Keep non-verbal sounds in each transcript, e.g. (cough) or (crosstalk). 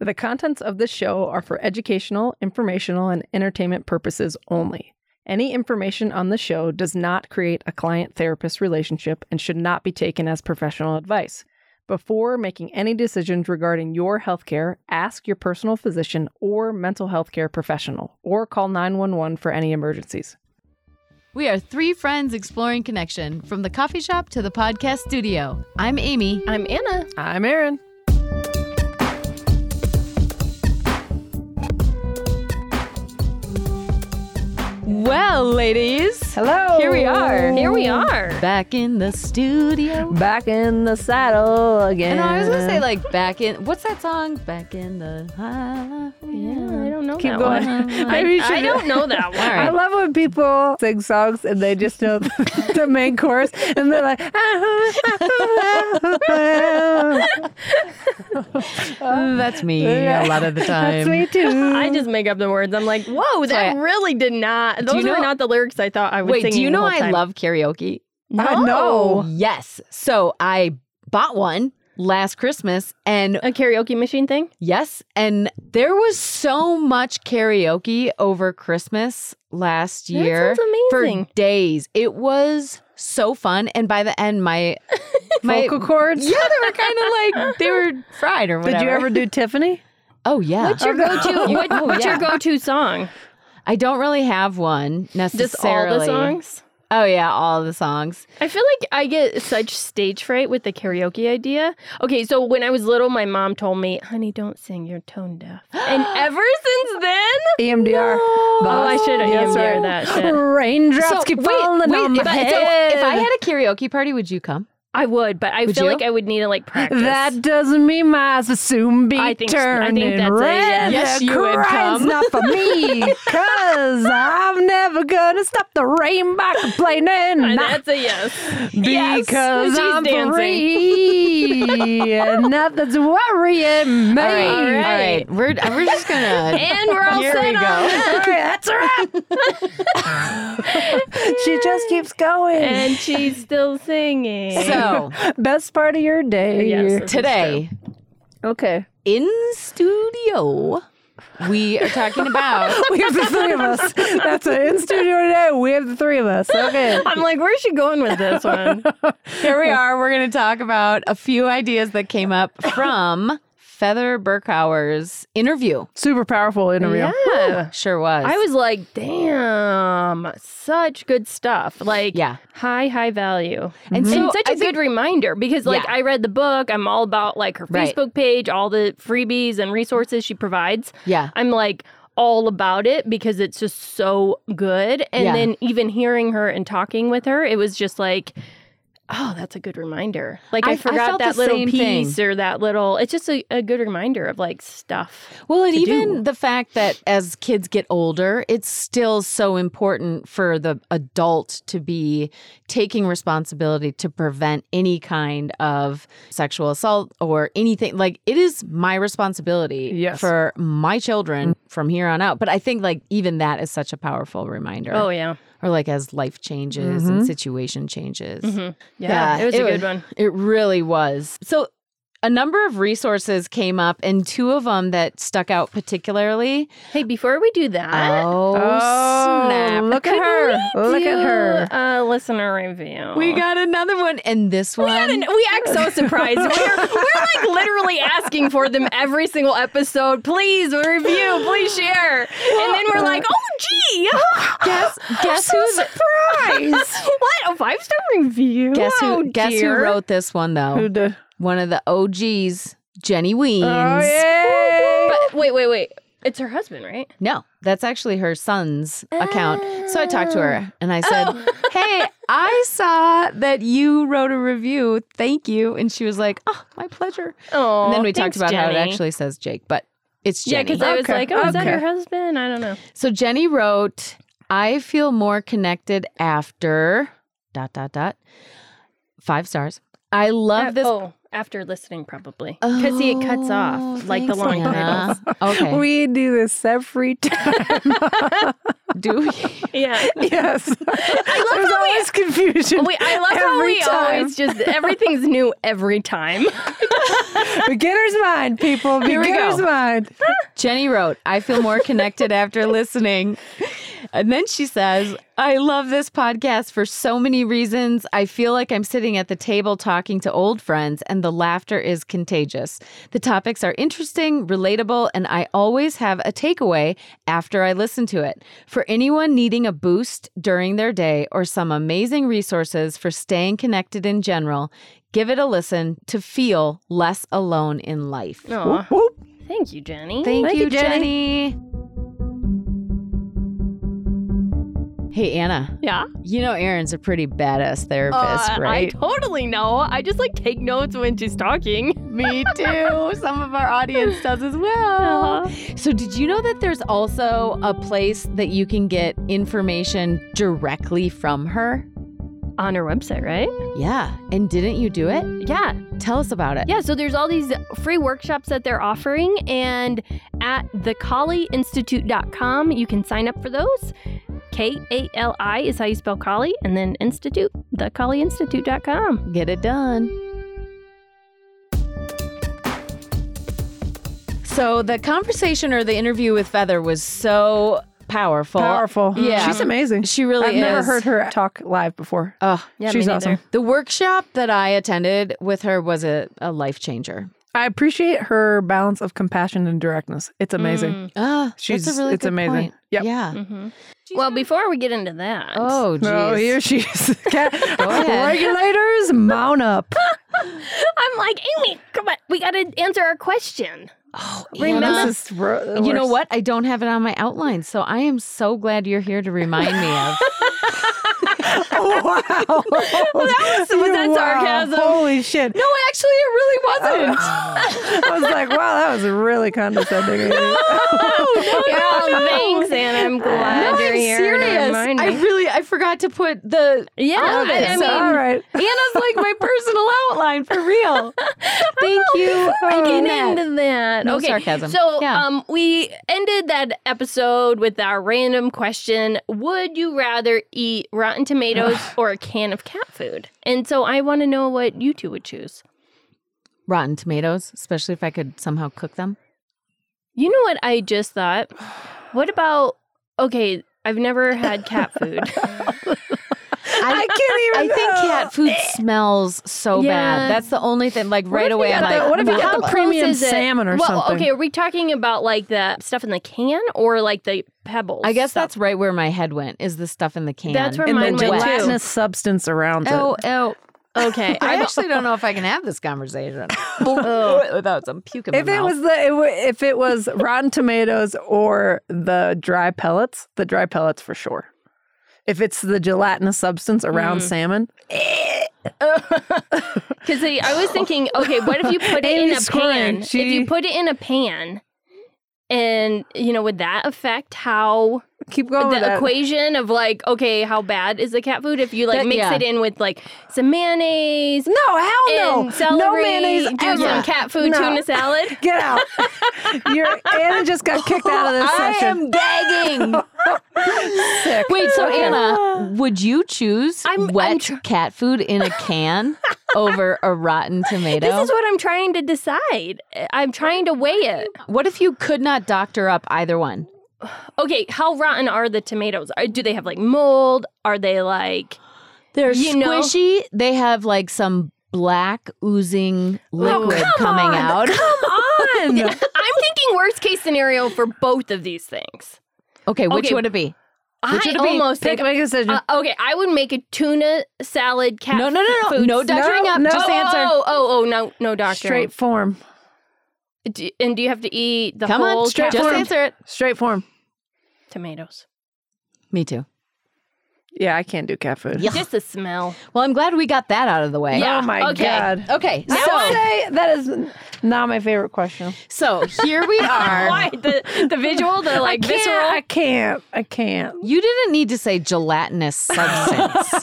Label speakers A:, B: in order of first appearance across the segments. A: The contents of this show are for educational, informational, and entertainment purposes only. Any information on the show does not create a client therapist relationship and should not be taken as professional advice. Before making any decisions regarding your healthcare, ask your personal physician or mental health care professional, or call 911 for any emergencies.
B: We are three friends exploring connection from the coffee shop to the podcast studio. I'm Amy.
C: I'm Anna.
A: I'm Aaron.
B: Well, ladies,
A: Hello.
B: Here we are.
C: Here we are.
B: back in the studio.
A: Back in the saddle again.
B: And I was gonna say like back in what's that song? Back in the ah, yeah.
C: Oh, I don't know
A: Keep
C: that
A: going.
C: one.
A: Maybe you should
C: I don't know
A: (laughs)
C: that one.
B: All
A: I
B: right.
A: love when people sing songs and they just know (laughs) the main chorus and they're like, "Ah,
B: That's me a lot of the time.
A: that's me too.
C: (laughs) I just make up the words. I'm like, whoa,
B: I-
C: that really did not. Those
B: know-
C: were not the lyrics I thought I was
B: Wait,
C: singing.
B: do you
C: the
B: know
C: whole
B: I
C: time.
B: love karaoke?
A: I know.
B: Yes. So I bought one last Christmas and
C: a karaoke machine thing?
B: yes, and there was so much karaoke over Christmas last
C: That
B: year.
C: sounds amazing.
B: For days. It was so fun and by the end my my
A: Vocal cords.
B: (laughs) Yeah, they were kind of like they were fried or whatever.
A: Did you ever do Tiffany?
B: Oh yeah.
C: What's your (laughs) go-to? what, what's your go-to (laughs) song?
B: I don't really have one
C: Just all
B: necessarily.
C: the songs?
B: Oh yeah, all the songs.
C: I feel like I get such stage fright with the karaoke idea. Okay, so when I was little, my mom told me, "Honey, don't sing. You're tone deaf." And Oh. (gasps) ever since then,
A: EMDR.
C: Oh, I should have
A: Yes,
C: EMDR
A: sir.
C: that shit.
A: Raindrops
B: So,
A: keep falling on my
B: if, I-
A: head.
B: so if I had a karaoke party, would you come?
C: I would, but I feel
B: you?
C: like I would need to like practice.
A: that doesn't mean my eyes will soon be
C: I think- I think
A: turning
C: that's a
A: red.
B: yes. Yes,
A: The
B: you would
A: crying's
B: come.
A: not for me,
B: (laughs)
A: cause I'm never gonna stop the rain by complaining.
C: And
A: Nah.
C: that's a (laughs) yes.
A: Because
C: She's
A: I'm (laughs)
C: dancing.
A: free and nothing's worrying me.
B: All right, all right. We're we're just gonna.
C: And we're all
B: Here
C: set
B: we go.
C: (laughs) on it.
A: All right, That's a wrap. (laughs) she just keeps going.
C: And she's still singing.
B: so
A: Best part of your day.
C: Yes, this is
B: today
A: Okay.
B: in studio, we are talking about.
A: We have the three of us. That's it. In studio today, we have the three of us. Okay.
C: I'm like, where's she going with this one?
B: Here we are. We're going to talk about a few ideas that came up from Feather Burkhauer's interview.
A: Super powerful interview.
C: (laughs) Yeah.
B: Sure was.
C: I was like, damn, such good stuff. Like,
B: Yeah. Mm-hmm.
C: high, high value.
B: And so
C: and such a
B: I think-
C: good reminder because, like,
B: Yeah.
C: I read the book. I'm all about, like, her
B: Right.
C: Facebook page, all the freebies and resources she provides.
B: Yeah.
C: I'm like, all about it because it's just so good. And
B: Yeah.
C: then even hearing her and talking with her, it was just like, oh, that's a good reminder. Like
B: I-
C: I,
B: I
C: forgot
B: felt
C: that
B: the
C: little
B: same thing.
C: piece or that little. It's just a, a good reminder of like stuff.
B: Well, and
C: to
B: even
C: do.
B: the fact that as kids get older, it's still so important for the adult to be taking responsibility to prevent any kind of sexual assault or anything. Like, it is my responsibility
A: Yes.
B: for my children from here on out. But I think, like, even that is such a powerful reminder.
C: Oh yeah,
B: Or, like, as life changes and situation changes.
C: Mm-hmm. yeah. it was a good
B: wa-
C: one.
B: Mm-hmm. It really was. So, a number of resources came up, and two of them that stuck out particularly.
C: Hey, before we do that,
B: Oh, snap.
A: Look at
B: Could
A: her.
B: we
A: Look at
B: do-
A: her.
C: uh, listener review.
B: We got another one, and this one.
C: We act so surprised. We're, we're like literally asking for them every single episode. Please review, please share. And then we're like, oh, gee. (laughs) (gasps)
B: guess guess who's
A: Surprise.
C: what? A five star review?
B: (laughs) guess who
C: Oh,
B: guess who
C: dear.
B: wrote this one
A: Who
B: though?
A: did?
B: One of the OGs, Jenny Weens.
A: Oh, yay.
C: But wait, wait, wait. It's her husband, right?
B: No, that's actually her son's account. So I talked to
C: Ah.
B: her and I said,
C: Oh. (laughs)
B: Hey, I saw that you wrote a review. Thank you. And she was like, Oh, my pleasure.
C: Oh,
B: and then we talked about how it actually says Jake, but it's
C: Yeah,
B: Jenny.
C: because I was
A: Okay,
C: like, oh, is that
A: okay.
C: her husband? I don't know.
B: so Jenny wrote, I feel more connected after dot dot dot. Five stars. I love
C: Uh,
B: this.
C: oh, after listening, probably. Because see, it cuts
B: Oh, (gasps)
C: off like
B: (laughs)
C: the
B: thanks,
C: long
B: Hannah.
C: titles.
B: Okay.
A: We do this every time.
B: do we?
C: Yeah.
A: (laughs) Yes. I
C: love
A: There's
C: how we-
A: always confusion.
C: We, I love how
A: every
C: we
A: time.
C: always just everything's new every time.
A: Beginner's mind, people.
B: Here we go.
A: Beginner's mind.
B: Jenny wrote, I feel more connected after listening. And then she says, I love this podcast for so many reasons. I feel like I'm sitting at the table talking to old friends, and the laughter is contagious. The topics are interesting, relatable, and I always have a takeaway after I listen to it. For anyone needing a boost during their day or some amazing resources for staying connected in general, give it a listen to feel less alone in life.
C: Aw.
A: Whoop, whoop.
C: Thank you, Jenny.
B: Thank,
A: Thank
B: you,
A: you,
B: Jenny. Hey, Anna,
C: yeah.
B: you know Aaron's a pretty badass therapist,
C: Uh,
B: right?
C: I totally know. I just like take notes when she's (laughs) talking.
B: (laughs) Me too. Some of our audience does as well. Uh-huh.
C: Uh-huh.
B: So, did you know that there's also a place that you can get information directly from her?
C: On her website, right?
B: Yeah. And didn't you do it?
C: Yeah.
B: Tell us about it.
C: Yeah, so there's all these free workshops that they're offering, and at thekaliinstitute.com, you can sign up for those. K A L I is how you spell Kali, and then Institute, thekaliinstitute.com.
B: Get it done. So the conversation or the interview with Feather was so powerful.
A: Powerful.
B: Yeah.
A: She's amazing.
B: She really
A: I've
B: is.
A: never heard her talk live before.
B: Ugh.
C: Yeah,
A: She's
C: me neither.
A: awesome.
B: The workshop that I attended with her was a, a life changer.
A: I appreciate her balance of compassion and directness. It's amazing.
C: Mm.
B: Ah,
A: She's
B: that's a really
A: it's
B: good
A: amazing.
B: point.
A: Yep.
B: Yeah.
C: Mhm. Well, before we get into that,
B: Mm. Oh, geez.
A: Oh, here she is.
B: (laughs)
A: Cat-
B: ahead.
A: Regulators, mount up.
C: (laughs) I'm like, Amy, come on, we got to answer our question.
B: Oh,
C: Remember-
B: Anna.
A: This is ro- the
B: You know
A: worst.
B: (laughs) what? I don't have it on my outline, so I am so glad you're here to remind me of.
A: Oh, wow. that (laughs) was,
C: was that sarcasm?
A: Holy shit.
B: (laughs) no, actually, it really wasn't.
A: I was like, wow, that was really condescending. of
B: (laughs)
A: you.
C: (laughs) Oh, thanks, Anna. I'm glad
B: no,
C: you're
B: I'm
C: here. to
B: serious.
C: remind
B: I
C: me.
B: really, I forgot to put the
C: yeah,
B: all of it,
C: I
B: so-
C: mean,
A: All right.
B: (laughs) Anna's like my personal outline for real. Thank you.
C: I
B: for
C: get
B: that.
C: into that.
B: No
C: okay.
B: sarcasm.
C: So
B: Yeah.
C: um, we ended that episode with our random question: Would you rather eat rotten tomatoes or a can of cat food? And so I want to know what you two would choose.
B: Rotten tomatoes, especially if I could somehow cook them.
C: You know what I just thought? What about okay? I've never had cat food. (laughs)
A: I can't
B: I
A: even.
B: think
A: uh,
B: cat food smells so
C: Yeah.
B: bad. That's the only thing. Like
A: if
B: right
A: you
B: away,
A: got
B: I'm
A: the-
B: like,
A: what if you
B: "Nah."
A: got the
C: How close
A: premium
C: is it?
A: salmon or
C: well,
A: something?
C: okay. Are we talking about like the stuff in the can or like the pebbles?
B: I guess
C: stuff?
B: that's right where my head went. Is the stuff in the can?
C: That's where
A: And
C: mine
A: the
C: went too.
A: gelatinous substance around it.
B: Oh, oh.
C: okay.
B: I
C: I,
B: actually don't know if I can have this conversation
C: Ugh.
B: without some puke in my
A: If it
B: mouth.
A: was the it wa- if it was Rotten Tomatoes or the dry pellets, the dry pellets for sure. If it's the gelatinous substance around
C: Hmm.
A: salmon,
C: Because I was
A: (laughs)
C: thinking, okay, what if you put it in a
A: Amy's squirming.
C: pan? If
A: She-
C: you put it in a pan, and you know, would that affect how
A: keep going. with
C: the
A: Oh, that.
C: equation of like, okay, how bad is the cat food if you like
B: That-
C: mix
B: yeah.
C: it in with like some mayonnaise
A: no, hell Oh, no,
C: and celery,
A: no mayonnaise
C: do
A: ever.
C: some cat food
A: No.
C: tuna salad?
A: (laughs) Get out! You're Anna just got kicked out of
C: (laughs)
A: this
B: I
A: session.
B: am gagging.
A: Sick.
B: (laughs) Wait, so Anna, would you choose
C: I'm- I'm
B: wet
C: tr-
B: cat food in a can over a rotten tomato?
C: This is what I'm trying to decide. I'm trying to weigh it.
B: what if you could not doctor up either one?
C: Okay, how rotten are the tomatoes? Are, do they have like mold? Are they like
B: They're
C: You know-
B: squishy. They have like some black oozing
C: Oh,
B: liquid coming (laughs)
C: (laughs)
B: out.
C: on? I'm thinking worst case scenario for both of these things.
B: Okay, which
C: Okay.
B: would it be?
C: I
B: Which would be
C: almost
A: Pick,
C: think.
A: make a decision.
C: Uh, okay, I would make a tuna salad cat.
B: No, no, no, no,
C: food
B: no
C: salad.
B: doctoring up.
A: no.
B: Just
C: oh,
B: answer.
C: Oh, oh, oh, no, no, doctor.
A: straight form.
C: Do, and do you have to eat the
B: Come
C: whole
B: on, straight.
C: cat
B: Just
C: food?
B: answer it.
A: Straight form.
C: tomatoes?
B: Me too.
A: Yeah, I can't do cat food.
B: Yeah.
C: Just
B: (laughs)
C: the smell.
B: Well, I'm glad we got that out of the way.
C: Yeah,
A: Oh my
C: okay.
A: god.
B: Okay,
A: I would
B: so
A: say that is not my favorite question.
B: so here (laughs) we are.
C: Why the (laughs) the visual? The like
A: I can't,
C: visceral.
A: I can't. I (laughs) can't.
B: You didn't need to say (laughs) gelatinous substance.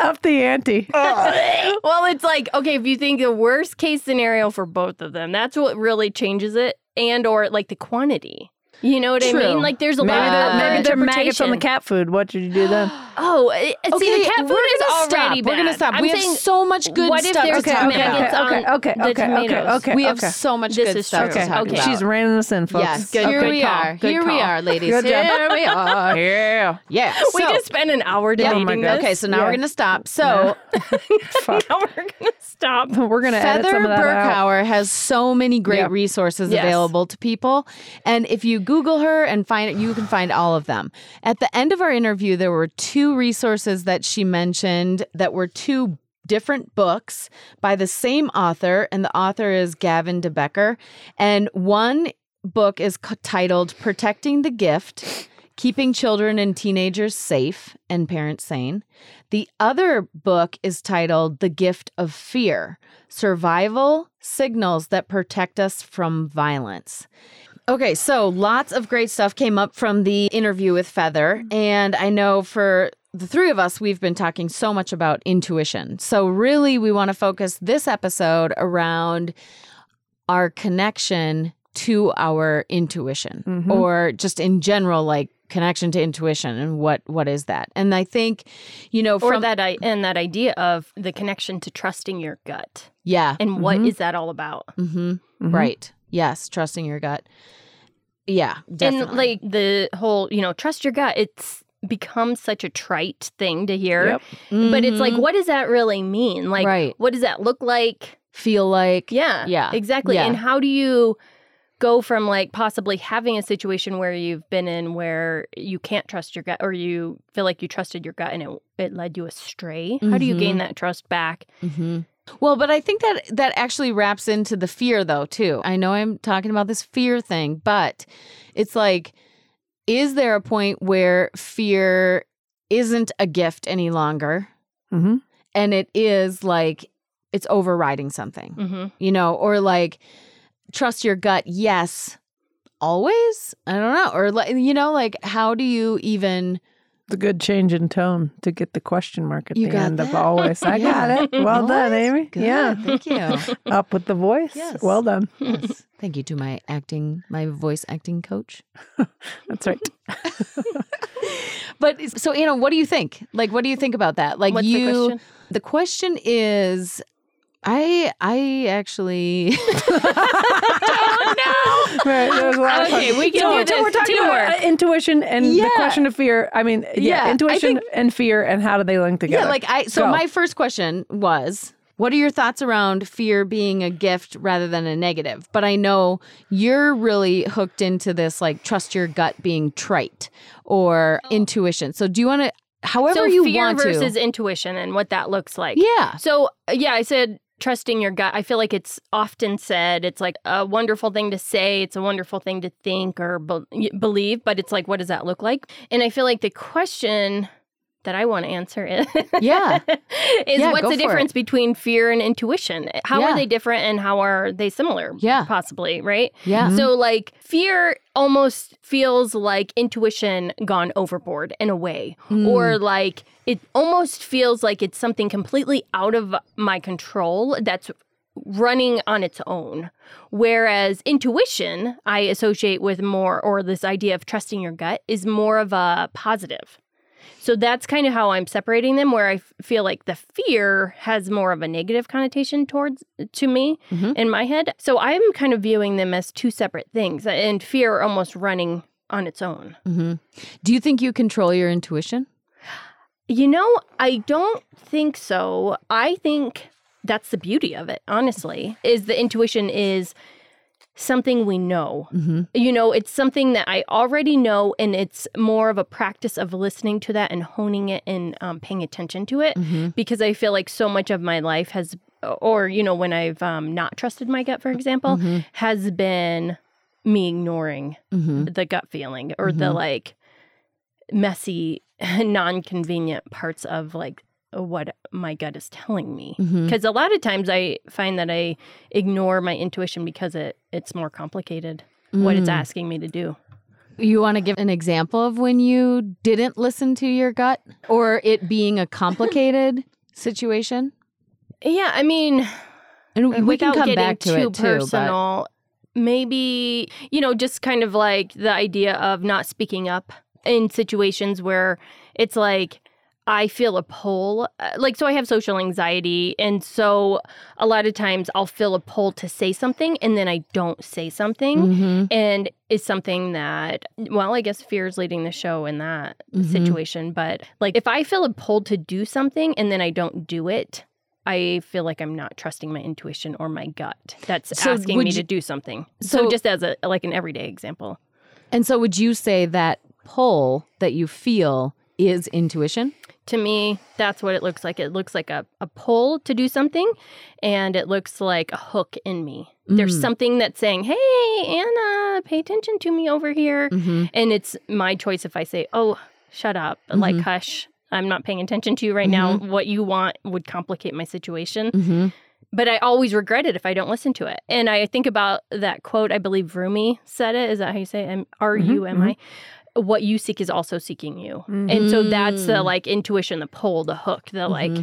A: Up the
B: (laughs)
A: ante.
B: Uh,
C: well, it's like okay, if you think the worst case scenario for both of them, that's what really changes it, and or like the quantity. You know what
B: True.
C: I mean? Like there's a
A: maybe
C: lot
A: the,
C: of
A: maybe the maggots on the
C: interpretation.
A: cat food. What did you do
B: (gasps)
A: then?
C: Oh, it, it- see, the cat food
B: we're
C: is
B: gonna
C: already
B: stop.
C: bad.
B: We're gonna stop.
C: I'm
B: we have
C: saying
B: so much good
C: what if
B: stuff
C: there's
B: to talk
C: maggots
B: about.
C: on
A: okay, okay,
C: the
A: okay,
C: tomatoes.
A: okay, okay,
B: we have
A: okay.
B: so much
C: This
B: good
C: is
B: stuff
C: true.
B: to talk
C: Okay.
B: about.
A: She's reining us in, folks.
B: yes,
C: Good-
B: here
C: good
B: we
C: call.
B: are.
C: Good
B: here we
C: call.
B: are, ladies.
A: Good job.
B: Here (laughs) we are. (laughs)
A: Yeah.
B: Yeah.
C: (laughs) we
B: so-
C: could spend an hour
B: Yeah.
A: Oh
C: debating this.
B: Okay, so now
A: Yeah.
B: we're gonna stop. So
A: Fuck. (laughs)
C: Now we're (laughs) gonna stop.
A: We're gonna edit
B: Feather
A: some of that out.
B: Burkauer has so many great
A: Yeah.
B: resources
C: Yes.
B: available to people. And if you Google her and find it, you can find all of them. At the end of our interview, there were two resources that she mentioned that were two different books by the same author. And the author is Gavin DeBecker. And one book is c- titled Protecting the Gift. Keeping children and teenagers safe and parents sane. The other book is titled The Gift of Fear survival signals that protect us from violence. Okay, so lots of great stuff came up from the interview with Feather. And I know for the three of us, we've been talking so much about intuition. So, really, we want to focus this episode around our connection to our intuition
A: Mhm.
B: or just in general, like connection to intuition and what what is that and i think you know
C: Or
B: from
C: that I and that idea of the connection to trusting your gut
B: yeah
C: and what is
A: Mhm.
C: that all about?
B: hmm
A: Mhm.
B: Right. Yes. Trusting your gut. Yeah. Definitely.
C: And like the whole, you know, trust your gut. It's become such a trite thing to hear,
A: Yep.
C: but it's like,
B: Mhm.
C: what does that really mean? Like,
B: Right.
C: what does that look like?
B: feel like.
C: Yeah,
B: Yeah.
C: exactly.
B: Yeah.
C: And how do you go from like possibly having a situation where you've been in where you can't trust your gut, or you feel like you trusted your gut and it it led you astray? How do you
B: Mm-hmm.
C: gain that trust back?
B: Mhm. Well, but I think that that actually wraps into the fear though too. I know I'm talking about this fear thing, but it's like, is there a point where fear isn't a gift any longer,
A: Mm-hmm.
B: and it is like it's overriding something?
C: (laughs) hmm
B: you know, or like trust your gut, yes, always. I don't know, or like you know, like how do you even?
A: It's a good change in tone to get the question mark at
B: You
A: the
B: got
A: end of
B: that?
A: always. I
B: Yeah. (laughs)
A: got it. Well done,
B: Always?
A: Amy.
B: Good,
A: Yeah.
B: thank you.
A: (laughs) Up with the voice.
B: Yes.
A: Well done.
B: Yes. Thank you to my acting, my voice acting coach.
A: That's right.
B: But it's- so, Anna, what do you think? Like, what do you think about that? Like,
C: What's
B: you.
C: the question?
B: the question is, I I actually
C: oh
A: Right, there was a lot of
C: Okay,
A: fun.
C: we can
A: So
C: do
A: we're-
C: this.
A: We're talking about
C: Teamwork.
A: uh, intuition and
B: Yeah.
A: the question of fear. I mean, yeah,
B: Yeah, I
A: intuition
B: think-
A: and fear and how do they link together?
B: Yeah, like I. So
A: Go.
B: my first question was, what are your thoughts around fear being a gift rather than a negative? But I know you're really hooked into this, like trust your gut being trite or intuition. So do you want to,
C: no!
B: however
C: Oh. So
B: you
C: fear
B: want
C: versus
B: to,
C: intuition and what that looks like.
B: yeah,
C: So, uh, yeah, I said trusting your gut. I feel like it's often said it's like a wonderful thing to say, it's a wonderful thing to think or be- y- believe, but it's like, what does that look like? And I feel like the question that I want to answer is, (laughs)
B: Yeah.
C: is
B: Yeah,
C: what's
B: go for
C: the
B: it.
C: difference between fear and intuition? How
B: Yeah.
C: are they different and how are they similar?
B: Yeah.
C: Possibly, right?
B: yeah,
C: So, like, fear almost feels like intuition gone overboard in a way, or like it almost feels like it's something completely out of my control that's running on its own. Whereas intuition, I associate with more, or this idea of trusting your gut is more of a positive. So that's kind of how I'm separating them, where I f- feel like the fear has more of a negative connotation towards to me
B: Mhm.
C: in my head. So I'm kind of viewing them as two separate things, uh, and fear almost running on its own.
B: hmm do you think you control your intuition?
C: You know, I don't think so. I think that's the beauty of it, honestly, is the intuition is something we know.
B: Mm-hmm.
C: You know, it's something that I already know, and it's more of a practice of listening to that and honing it and um, paying attention to it
B: Mm-hmm.
C: because I feel like so much of my life has, or, you know, when I've um, not trusted my gut, for example,
B: Mhm.
C: has been me ignoring
B: Mm-hmm.
C: the gut feeling or the
B: Mhm.
C: like messy, (laughs) non convenient parts of like what my gut is telling me.
B: Mm-hmm.
C: Because a lot of times I find that I ignore my intuition because it, it's more complicated what it's asking me to do.
B: Mm. You want to give an example of when you didn't listen to your gut or it being a complicated situation?
C: Yeah, I mean,
B: And we
C: without
B: can come
C: getting
B: back to
C: too
B: it too. but-
C: personal, maybe, you know, just kind of like the idea of not speaking up in situations where it's like, I feel a pull. Uh, Like, so I have social anxiety. And so a lot of times I'll feel a pull to say something and then I don't say something.
B: Mhm.
C: And it's something that, well, I guess fear is leading the show in that
B: Mhm.
C: situation. But like, if I feel a pull to do something and then I don't do it, I feel like I'm not trusting my intuition or my gut. That's
B: So
C: asking
B: would
C: me
B: you-
C: to do something. So,
B: So-
C: just as a like an everyday example,
B: And so, would you say that pull that you feel is intuition?
C: to me, that's what it looks like. It looks like a, a pull to do something, and it looks like a hook in me. There's
B: Mm.
C: something that's saying, "Hey, Anna, pay attention to me over here."
B: Mm-hmm.
C: And it's my choice if I say, oh, shut up, like, hush, I'm not paying attention to you right now. What you want would complicate my situation.
B: Mm-hmm.
C: But I always regret it if I don't listen to it. And I think about that quote, I believe Rumi said it. Is that how you say it? M-
B: Mm-hmm.
C: R U M I? What you seek is also seeking you.
A: Mm-hmm.
C: And so that's the
B: Mm.
C: like intuition, the pull, the hook, the like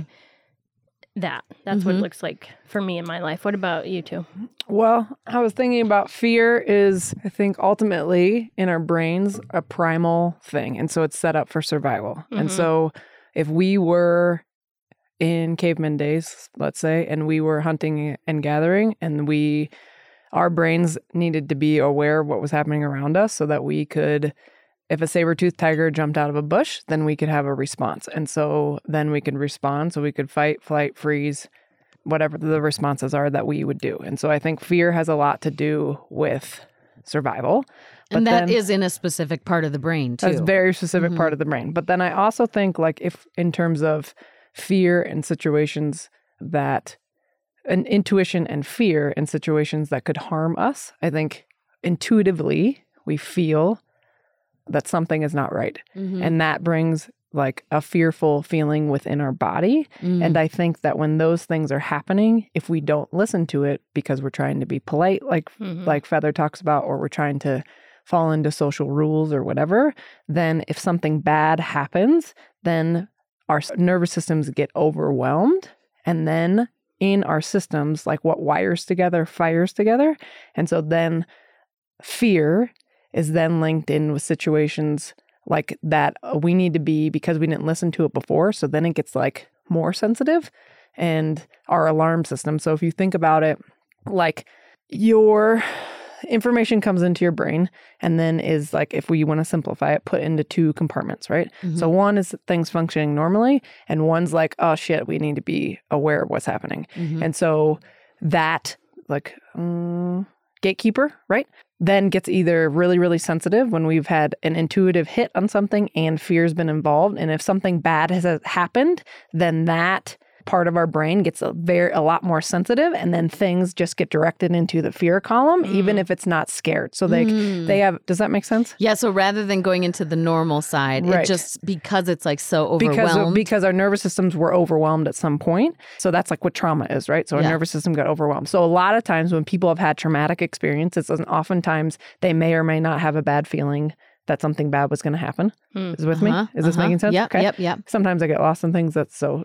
C: that. That's what it
B: Mhm.
C: looks like for me in my life. What about you two?
A: Well, I was thinking about fear is, I think, ultimately in our brains a primal thing. And so it's set up for survival. And
C: Mhm.
A: so if we were in caveman days, let's say, and we were hunting and gathering, and we, our brains needed to be aware of what was happening around us so that we could. If a saber toothed tiger jumped out of a bush, then we could have a response. And so then we could respond. So we could fight, flight, freeze, whatever the responses are that we would do. And so I think fear has a lot to do with survival. But
B: And that is
A: then-
B: in a specific part of the brain too.
A: That's a very specific
B: Mhm.
A: part of the brain. But then I also think like if in terms of fear and situations that an intuition and fear in situations that could harm us, I think intuitively we feel that something is not right.
B: Mhm.
A: And that brings like a fearful feeling within our body
B: Mm.
A: and I think that when those things are happening, if we don't listen to it because we're trying to be polite, like
C: Mhm.
A: like Feather talks about, or we're trying to fall into social rules or whatever, then if something bad happens, then our s- nervous systems get overwhelmed, and then in our systems, like what wires together, fires together, and so then fear is then linked in with situations like that uh, we need to be because we didn't listen to it before. So then it gets like more sensitive and our alarm system. So if you think about it, like your information comes into your brain and then is like, if we want to simplify it, put into two compartments, right? So one is things functioning normally, and one's like, oh shit, we need to be aware of what's happening.
B: Mhm.
A: And so that, like, mm, gatekeeper, right? Then gets either really, really sensitive when we've had an intuitive hit on something and fear's been involved. And if something bad has uh, happened, then that part of our brain gets a very a lot more sensitive and then things just get directed into the fear column even if it's not scared so they they have does that make sense
B: yeah, so rather than going into the normal side,
A: Right.
B: it just because it's like so
A: because
B: overwhelmed.
A: of, because our nervous systems were overwhelmed at some point. So that's like what trauma is, right? So our
B: Yeah.
A: nervous system got overwhelmed. So a lot of times when people have had traumatic experiences, and oftentimes they may or may not have a bad feeling that something bad was going to happen.
C: Mm.
A: Is it with
B: Uh-huh,
A: me? Is this
B: uh-huh.
A: making sense?
B: Yep, yep,
A: (laughs)
B: yep.
A: Sometimes I get lost in things that so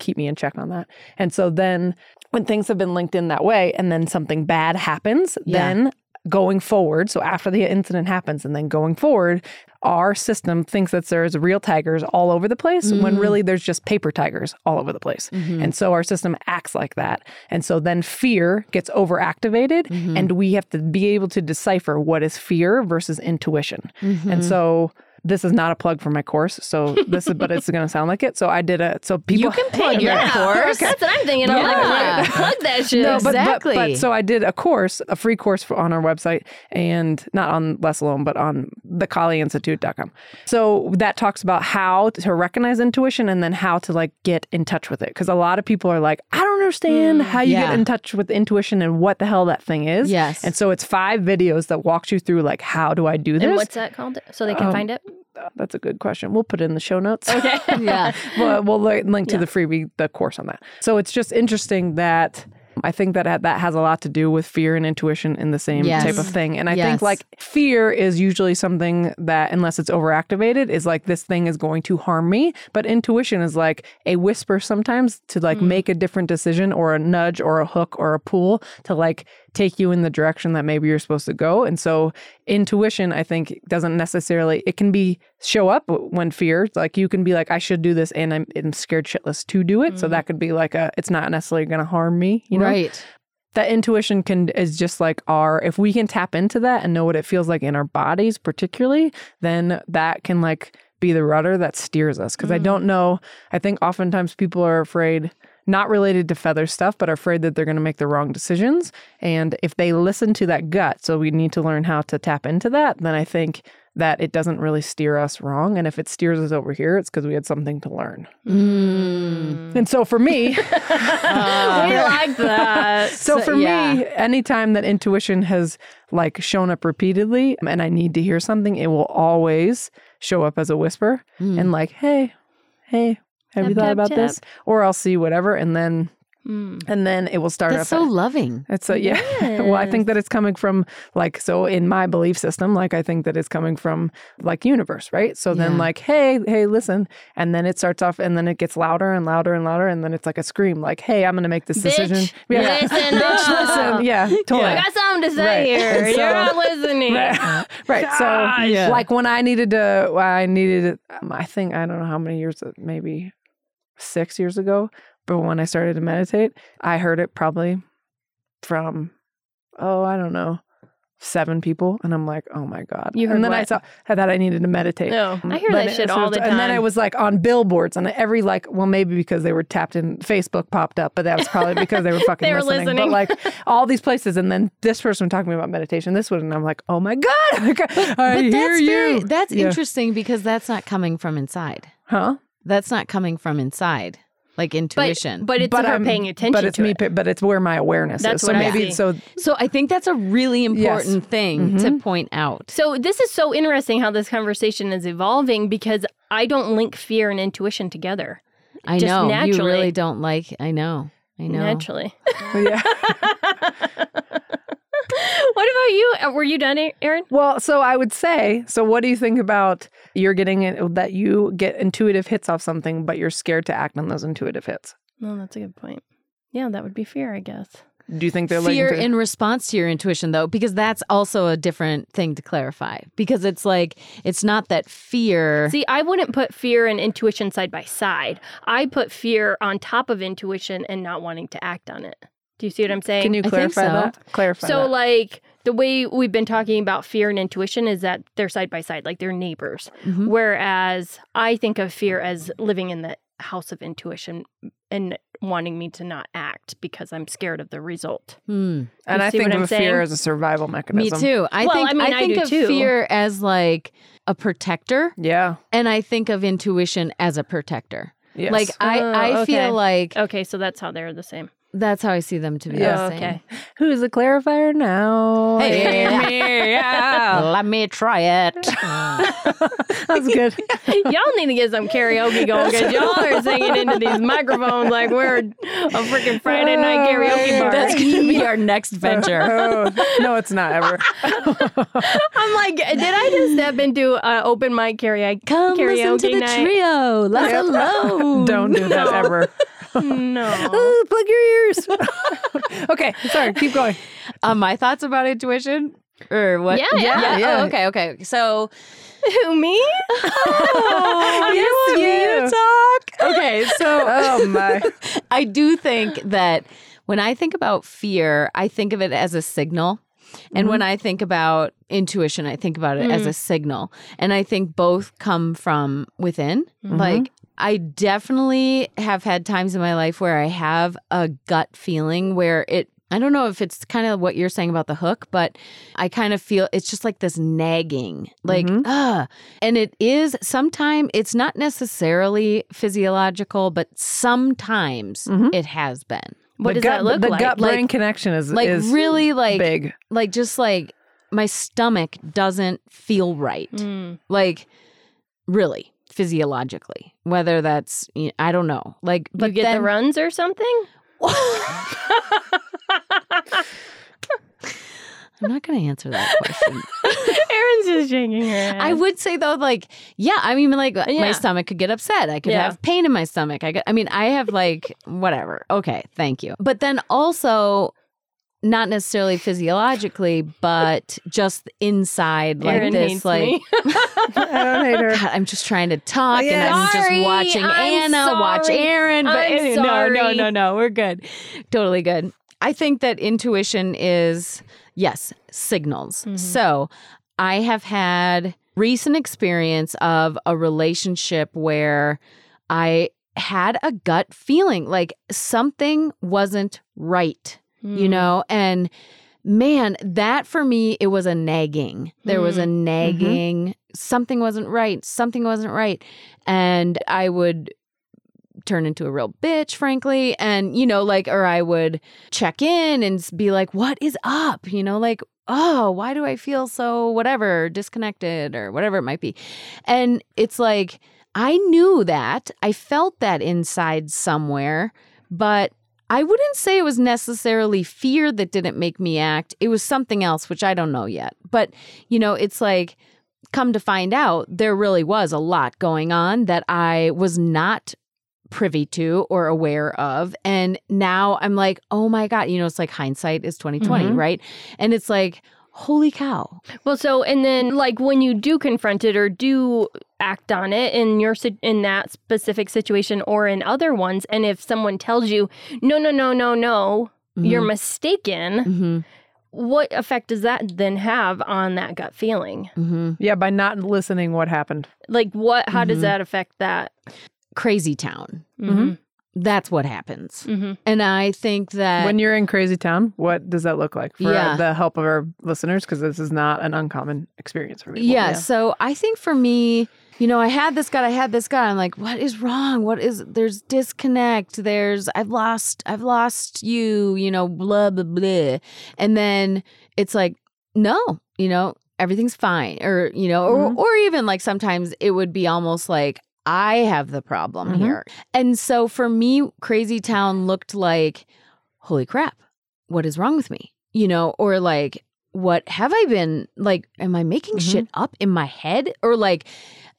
A: keep me in check on that. And so then when things have been linked in that way and then something bad happens,
B: Yeah.
A: then going forward, so after the incident happens and then going forward, our system thinks that there's real tigers all over the place when
B: Mm.
A: really there's just paper tigers all over the place.
B: Mm-hmm.
A: And so our system acts like that. And so then fear gets overactivated
B: Mm-hmm.
A: and we have to be able to decipher what is fear versus intuition.
B: Mm-hmm.
A: And so this is not a plug for my course, so this is, but it's going to sound like it. So I did a, so people
B: You can
A: (laughs)
B: plug your
C: Yeah,
B: course.
C: (laughs) That's what I'm thinking. I'm
B: Yeah.
C: like, plug that shit.
B: No,
A: but- but-
B: Exactly.
A: But, so I did a course, a free course for, on our website and not on Less Alone, but on thekaliinstitute.com. So that talks about how to recognize intuition and then how to like get in touch with it. Cause a lot of people are like, I don't understand how you
B: yeah.
A: get in touch with intuition and what the hell that thing is.
B: Yes.
A: And so it's five videos that walks you through like, how do I do this?
C: and what's that called? So they can
A: Um,
C: find it.
A: That's a good question. We'll put it in the show notes
C: Okay.
B: yeah.
A: (laughs) well, we'll li- link to the freebie, the course on that. So it's just interesting that I think that ha- that has a lot to do with fear and intuition in the same
B: Yes.
A: type of thing. And I
B: Yes.
A: think like fear is usually something that, unless it's overactivated, is like this thing is going to harm me. But intuition is like a whisper sometimes to like make a different decision or a nudge or a hook or a pull to like take you in the direction that maybe you're supposed to go. And so intuition, I think, doesn't necessarily it can be show up when fear. It's Like you can be like, I should do this, and I'm, I'm scared shitless to do it. So that could be like a, it's not necessarily going to harm me, you know?
B: Right.
A: that intuition can is just like our if we can tap into that and know what it feels like in our bodies particularly then that can like be the rudder that steers us because i don't know i think oftentimes people are afraid not related to feather stuff but are afraid that they're going to make the wrong decisions and if they listen to that gut so we need to learn how to tap into that then i think that it doesn't really steer us wrong and if it steers us over here it's because we had something to learn and so for me (laughs)
C: we like (laughs) that.
A: so
B: So-
A: for me
B: yeah.
A: anytime that intuition has like shown up repeatedly and i need to hear something it will always show up as a whisper
B: Hmm.
A: and like hey hey have you
C: Tap,
A: thought
C: tap,
A: about this or i'll see whatever and then
C: Mm.
A: and then it will start
B: Hmm. That's
A: up
B: so loving.
A: it's so yeah. (laughs) well, I think that it's coming from like so in my belief system, like I think that it's coming from like universe, right? So then
B: Yeah.
A: like, hey, hey, listen, and then it starts off, and then it gets louder and louder and louder, and then it's like a scream, like, hey, I'm gonna make this
C: Bitch,
A: decision. Yeah,
C: listen
A: Bitch, (laughs)
C: up.
A: listen. yeah, totally.
C: I got something to say
A: Right.
C: here.
A: And (laughs) so-
C: You're not listening. (laughs)
A: Right. right. So,
B: Yeah.
A: like when I needed to, when I needed, um, I think, I don't know how many years, maybe six years ago, but when I started to meditate, I heard it probably from, oh, I don't know, seven people. And I'm like, oh my God.
C: You heard
A: and then I
C: what?
A: saw that I needed to meditate.
C: No, I hear
A: But
C: that
A: it-
C: shit
A: so
C: all
A: it's-
C: the time.
A: And then it was like on billboards and every like, well, maybe because they were tapped in, Facebook popped up, but that was probably because
C: (laughs)
A: they were fucking
C: They were
A: listening. But
C: listening.
A: like all these places, and then this person talking about meditation, this one, and I'm like, oh my god, (laughs) I
B: But
A: hear
B: that's
A: you.
B: very that's
A: Yeah.
B: interesting because that's not coming from inside.
A: huh?
B: That's not coming from inside. Like
C: but,
B: intuition.
C: but it's
A: But
C: her
A: I'm-
C: paying attention
A: But it's
C: to
A: me.
C: it.
A: pi- But it's where my awareness
C: That's
A: is. So
C: what I
A: maybe
C: see.
A: so.
B: so I think that's a really
A: Yes.
B: important thing
C: Mm-hmm.
B: to point out.
C: So this is so interesting how this conversation is evolving because I don't link fear and intuition together
B: I
C: Just
B: know you
C: naturally.
B: really don't like I know. I know.
C: naturally. (laughs)
A: Yeah.
C: what about you? Uh, Were you done, Aaron?
A: Well, so I would say. So what do you think about you're getting it, that you get intuitive hits off something, but you're scared to act on those intuitive hits?
C: No, that's a good point. Yeah, that would be fear, I guess.
A: Do you think they're
B: fear
A: like
B: in response to your intuition though because that's also a different thing to clarify because it's like it's not that fear
C: See, I wouldn't put fear and intuition side by side. I put fear on top of intuition and not wanting to act on it. Do you see what I'm saying?
A: Can you
B: think
A: clarify
B: so.
A: that? Clarify.
C: so,
A: that.
C: like, the way we've been talking about fear and intuition is that they're side by side, like they're neighbors.
A: Mm-hmm.
B: Mhm.
C: Whereas I think of fear as living in the house of intuition and wanting me to not act because I'm scared of the result.
B: Hmm.
A: and
C: you
A: I
C: see what
A: think
C: I'm
A: of fear
C: saying?
A: as a survival
B: me
A: mechanism.
B: too i
C: Well,
B: think
C: I mean, I
B: think
C: do
B: of
C: too.
B: fear as like a protector
A: Yeah.
B: and i think of intuition as a protector
A: Yes.
B: like i
C: Oh,
B: i
C: okay.
B: feel like
C: Okay, so that's how they're the same.
B: that's how i see them to be
A: Yeah.
B: the same.
C: Okay.
A: Who's a clarifier now?
B: Hey.
A: Hear me (laughs) out.
B: let me try
C: (laughs)
B: it
A: That's good.
C: y'all need to get some karaoke going because y'all are singing into these microphones like we're a freaking Friday night karaoke bar.
B: Oh, that's gonna be our next
A: (laughs)
B: venture
A: Oh, no, it's not ever.
C: (laughs) I'm like, did I just step into uh, open mic karaoke?
B: come
C: karaoke
B: listen to the
C: night?
B: trio let's
A: (laughs)
B: alone
A: Don't do that ever.
B: (laughs)
C: No.
A: Oh, (laughs) plug your ears. (laughs) okay, sorry. Keep (laughs) going.
B: uh, my thoughts about intuition or what?
C: Yeah, yeah.
A: Yeah.
B: Oh, okay, okay. So
C: Who me?
B: yes,
A: Oh, you.
B: talk. Okay, so
A: (laughs) Oh my.
B: (laughs) I do think that when I think about fear, I think of it as a signal. And when I think about intuition, I think about it as a signal. And I think both come from within. Like, I definitely have had times in my life where I have a gut feeling where it, I don't know if it's kind of what you're saying about the hook, but I kind of feel it's just like this nagging, like, ah. And it is sometimes, it's not necessarily physiological, but sometimes
C: Mm-hmm.
B: it has been.
C: (laughs) What
A: The
C: does
A: gut-
C: that look
A: the
C: like?
A: gut brain
B: Like-
A: connection is
B: Like,
A: is
B: really, like,
A: big.
B: like just like my stomach doesn't feel right
C: Mm.
B: like really physiologically whether that's y- i don't know like
C: You
B: but
C: get the
B: then
C: runs or something?
B: (laughs)
C: (laughs)
B: i'm not going to answer that question
C: Erin's just shaking her head.
B: i would say though like yeah i mean like
C: Yeah.
B: my stomach could get upset i could
C: Yeah.
B: have pain in my stomach i could, i mean i have like whatever okay thank you but then also not necessarily physiologically, but just inside like
C: Erin
B: this
C: hates
B: like
C: me.
A: (laughs) I don't hate her.
B: God, I'm just trying to talk
A: Yeah.
B: and I'm
C: Sorry,
B: just watching
C: I'm
B: Anna, watch
C: sorry.
B: Aaron. But
C: I'm
B: anyway, (laughs) no, no,
C: sorry.
B: no, no. We're good. Totally good. I think that intuition is, yes, signals.
C: Mhm.
B: So I have had recent experience of a relationship where I had a gut feeling like something wasn't right
C: Hmm. Mm.
B: you know and man that for me it was a nagging there was a nagging something wasn't right something wasn't right and i would turn into a real bitch frankly and you know like or i would check in and s- be like what is up you know like oh why do i feel so whatever disconnected or whatever it might be and it's like i knew that i felt that inside somewhere but I wouldn't say it was necessarily fear that didn't make me act. It was something else, which I don't know yet. But, you know, it's like, come to find out, there really was a lot going on that I was not privy to or aware of. And now I'm like, oh my God, you know, it's like hindsight is 2020,
A: Mhm.
B: right? And it's like, holy cow.
C: Well, so and then like when you do confront it or do act on it in your si- in that specific situation or in other ones, and if someone tells you no, no, no, no, no,
B: Mm-hmm.
C: you're mistaken,
B: Mhm,
C: what effect does that then have on that gut feeling?
B: mhm.
A: (laughs) Yeah, by not listening, what happened?
C: Like, what? How
B: Mhm.
C: does that affect that?
B: Crazy town.
A: Mhm.
B: That's what happens.
C: Mm-hmm.
B: And I think that
A: when you're in crazy town, what does that look like for uh,
B: Yeah.
A: the help of our listeners? Because this is not an uncommon experience for me.
B: Yeah, So I think for me, you know, I had this gut, I had this gut. I'm like, what is wrong? What is there's disconnect. There's I've lost, I've lost you, you know, blah, blah, blah. And then it's like, no, you know, everything's fine. Or, you know, or
A: Mhm.
B: or even like sometimes it would be almost like I have the problem
A: Mhm.
B: here. And so for me, Crazy Town looked like, holy crap, what is wrong with me? You know, or like, what have I been like? Am I making
A: Mhm.
B: shit up in my head? Or like,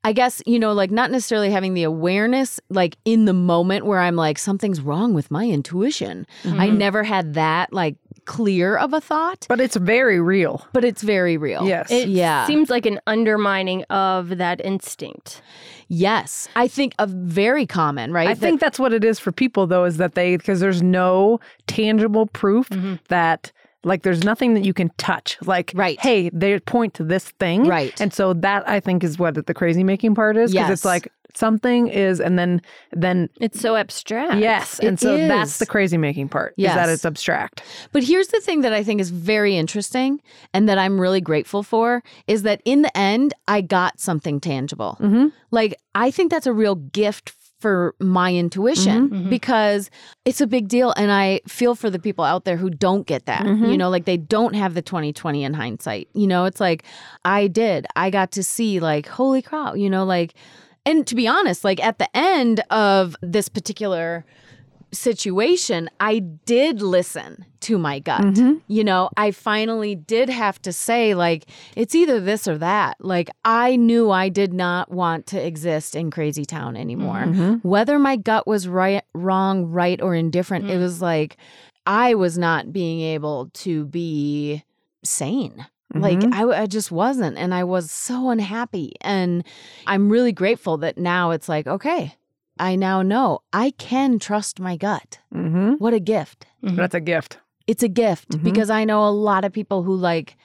B: I guess, you know, like not necessarily having the awareness, like in the moment where I'm like, something's wrong with my intuition. I never had that like clear of a thought,
A: Mm-hmm. But it's very real.
B: but it's very real.
A: Yes.
C: It
B: Yeah.
C: seems like an undermining of that instinct.
B: Yes. I think a very common, right?
A: I
B: That-
A: think that's what it is for people though, is that they because there's no tangible proof
B: Mm-hmm.
C: Mhm.
A: that like there's nothing that you can touch. Like
B: Right.
A: hey, they point to this thing.
B: Right.
A: And so that I think is what the crazy making part is. Because
B: Yes.
A: it's like something is and then then
C: It's so abstract.
A: Yes. And
B: It
A: so
B: is.
A: that's the crazy making part. Is
B: Yes.
A: that it's abstract.
B: But here's the thing that I think is very interesting and that I'm really grateful for is that in the end, I got something tangible.
A: Mhm.
B: Like, I think that's a real gift for my intuition
C: Mhm.
B: because it's a big deal. And I feel for the people out there who don't get that.
A: Mhm.
B: You know, like they don't have the 2020 in hindsight. You know, it's like, I did. I got to see, like, holy cow, you know, like, and to be honest, like at the end of this particular situation, I did listen to my gut. You know, I finally did have to say, like, it's either this or that. Like, I knew I did not want to exist in Crazy Town anymore.
A: Mm-hmm.
B: Whether my gut was right, wrong, right, or indifferent, it was like I was not being able to be sane. Like
A: Mhm.
B: I, w- I just wasn't, and I was so unhappy. And I'm really grateful that now it's like, okay, I now know I can trust my gut.
A: Mm-hmm.
B: What a gift!
A: That's a gift.
B: It's a gift
A: Mhm.
B: because I know a lot of people who like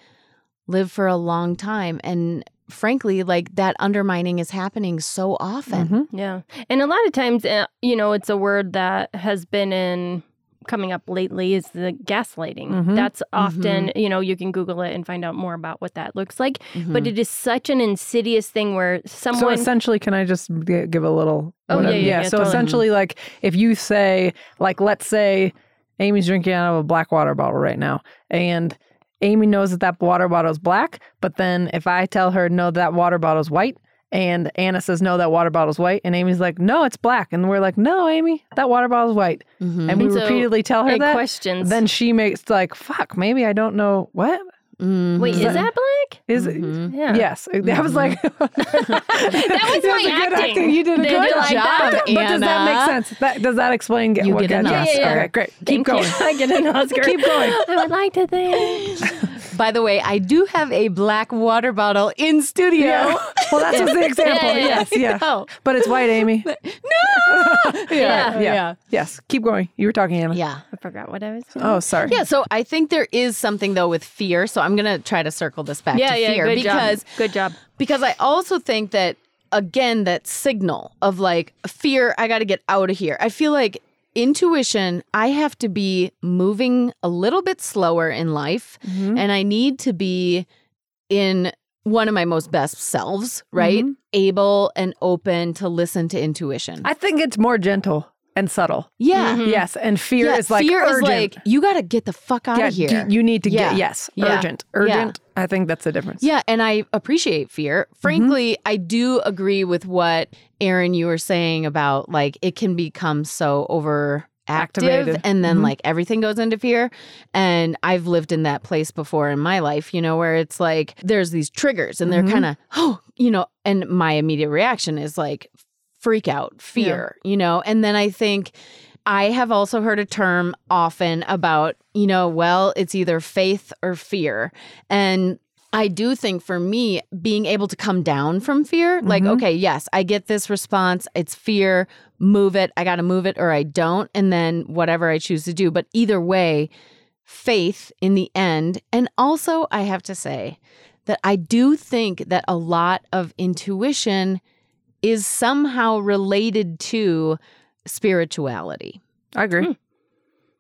B: live for a long time, and frankly, like that undermining is happening so often.
A: Mhm.
C: Yeah. And a lot of times, uh, you know, it's a word that has been in coming up lately is the gaslighting.
A: Mhm.
C: That's often, you know, you can Google it and find out more about what that looks like.
B: Mm-hmm.
C: But it is such an insidious thing where
A: Hmm. So
C: someone.
A: essentially, can I just g- give a little?
C: Oh,
A: whatever-
C: yeah, yeah, yeah,
A: so
C: totally.
A: essentially, like if you say, like let's say Amy's drinking out of a black water bottle right now, and Amy knows that that water bottle is black, but then if I tell her no, that water bottle is white. And Anna says, no, that water bottle's white. And Amy's like, no, it's black. And we're like, no, Amy, that water bottle's white. And
B: Mhm.
A: we
C: And Mm-hmm. so
A: repeatedly tell her
C: it
A: that.
C: questions.
A: Then she makes like, fuck, maybe I don't know what?
B: Mm-hmm.
C: Wait, is that black?
A: Is
B: Mhm.
C: Yeah. (laughs)
A: yes, that was like (laughs)
C: Mm-hmm.
A: that was (laughs)
C: my
A: a good
C: acting.
A: You did a
C: They
A: good
C: do
A: job.
C: like that? (laughs)
A: But does that
B: Anna.
A: make sense? That, does that explain get,
B: You
A: what
B: get
A: got
B: an
A: you?
C: Oscar.
A: Okay, great. Keep
C: Thank you.
A: going.
C: (laughs) I get an Oscar.
A: (laughs) Keep going.
C: I would
A: (laughs)
C: like to think.
B: By the way, I do have a black water bottle in studio. (laughs)
A: Yeah. Well, that's just the example.
C: Yeah, yeah,
A: Yes, yeah.
B: know.
A: But it's white,
B: (laughs)
A: Amy.
B: Oh,
C: Yeah.
A: yeah. Yes. Keep going. You were talking, Anna.
B: Yeah.
C: I forgot what I was. Saying.
A: Oh, sorry.
B: Yeah, so I think there is something though with fear. So I'm gonna try to circle this back
C: yeah,
B: to
C: yeah.
B: fear
C: Good
B: because
C: job. Good job.
B: because I also think that again that signal of like fear I got to get out of here. I feel like intuition I have to be moving a little bit slower in life
C: Mm-hmm.
A: Mhm.
B: and I need to be in one of my most best selves, right?
C: Mm-hmm.
B: Able and open to listen to intuition.
A: I think it's more gentle and subtle.
B: yeah.
C: Mhm.
A: Yes, and Mm-hmm. fear
B: Mm. yeah,
A: is like
B: fear
A: urgent.
B: is like you got to get the fuck out
A: yeah,
B: of here.
A: do- you need to
B: Yeah.
A: get yes,
B: Yeah.
A: urgent,
B: Yeah.
A: urgent. I think that's the difference.
B: Yeah, and I appreciate fear.
A: Mm-hmm.
B: Frankly, I do agree with what Aaron you were saying about like it can become so over active
A: Activated.
B: and then
A: Mhm.
B: like everything goes into fear. And I've lived in that place before in my life, you know, where it's like there's these triggers and they're
A: Mhm.
B: kind of oh, you know, and my immediate reaction is like freak out, fear, you know. And then I think I have also heard a term often about, you know, well, it's either faith or fear. And I do think for me, being able to come down from fear, like, okay, yes, I get this response, it's fear, move it, I got to move it or I don't. And then whatever I choose to do. But either way, faith in the end. And also, I have to say that I do think that a lot of intuition is somehow related to spirituality.
A: I agree.
B: Mm.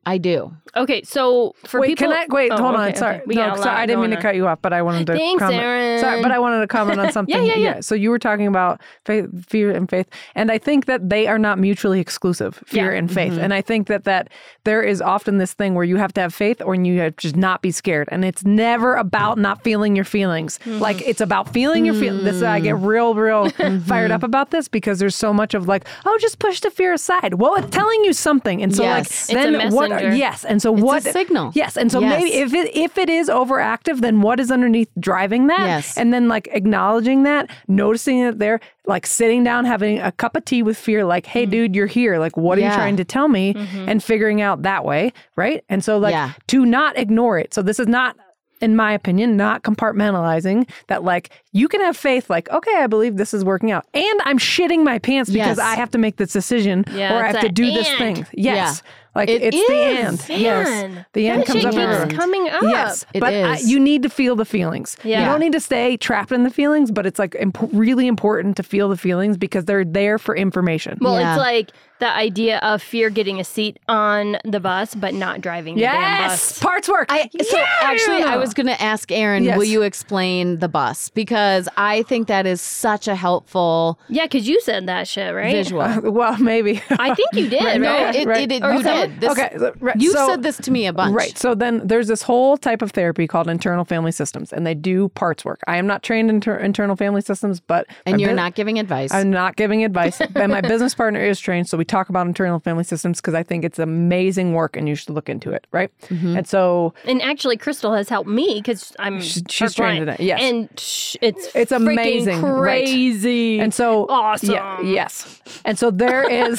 B: I do.
C: Okay, so for
A: wait,
C: people,
A: can I wait?
C: Oh,
A: hold on.
C: okay,
A: Sorry,
C: okay. We
A: no,
C: got a
A: sorry,
C: lot
A: I didn't mean to
C: going
A: cut you off, but I wanted to
C: Thanks,
A: comment.
C: Aaron.
A: Sorry, but I wanted to comment on something.
C: (laughs) yeah, yeah.
A: So you were talking about faith, fear and faith, and I think that they are not mutually exclusive, fear
C: Yeah. mm-hmm.
A: and faith. And I think that that there is often this thing where you have to have faith or you have to just not be scared, and it's never about not feeling your feelings.
C: Hmm.
A: Like it's about feeling your feelings. This I get real,
C: (laughs)
A: real
C: Mm-hmm.
A: fired up about this because there's so much of like, oh, just push the fear aside. Well, it's telling you something, and so like
B: Yes. It's
C: a
A: then what? Are,
C: messenger.
A: yes, and so
B: a
A: what
B: signal.
A: Yes, and so
B: Yes.
A: maybe if it if it is overactive, then what is underneath driving that?
B: Yes.
A: And then like acknowledging that, noticing it there, like sitting down, having a cup of tea with fear, like, hey dude, you're here. Like, what are
B: Mm. Yeah. Mm-hmm.
A: you trying to tell me? And figuring out that way, right? And so like
B: Yeah.
A: to not ignore it. So this is not in my opinion, not compartmentalizing that, like, you can have faith, like, okay, I believe this is working out. And I'm shitting my pants because
B: Yes.
A: I have to make this decision
C: Yeah,
A: or I
C: it's
A: have to
C: that
A: do this
C: and.
A: thing. Yes. Like,
B: It
A: it's the
B: is.
A: and.
C: Man,
A: yes. The
C: that
A: and comes
C: shit
A: up
C: keeps
A: everywhere.
C: coming up.
A: Yes,
B: It
A: but I,
B: is.
A: you need to feel the feelings.
C: Yeah.
A: You don't need to stay trapped in the feelings, but it's like imp- really important to feel the feelings because they're there for information.
C: Well,
B: Yeah.
C: it's like the idea of fear getting a seat on the bus, but not driving the damn
A: yes,
C: bus.
A: parts work.
B: I so actually I was going to ask Aaron,
A: Yes.
B: will you explain the bus because I think that is such a helpful
C: Yeah, because you said that shit, right?
A: (laughs)
B: visual.
A: (laughs) well, maybe.
C: I think you did, right?
B: no, it,
A: right.
B: it, it,
C: Or
B: you
C: someone-
B: did. This,
A: okay, so- right,
B: you've
A: so-
B: said this to me a
A: (laughs)
B: bunch.
A: Right. So then there's this whole type of therapy called internal family systems, and they do parts work. I am not trained in ter- internal family systems, but
B: And
A: my
B: you're
A: bus-
B: not giving advice.
A: I'm not giving advice, but my business partner is trained, so we talk about internal family systems because I think it's amazing work, and you should look into it. Right. And so
C: And actually, Crystal has helped me because I'm she's,
A: she's trained in it, yes.
C: and sh- it's
A: It's
C: freaking
A: amazing, right.
C: crazy,
A: and so
C: awesome.
A: Yeah, yes. And so there is.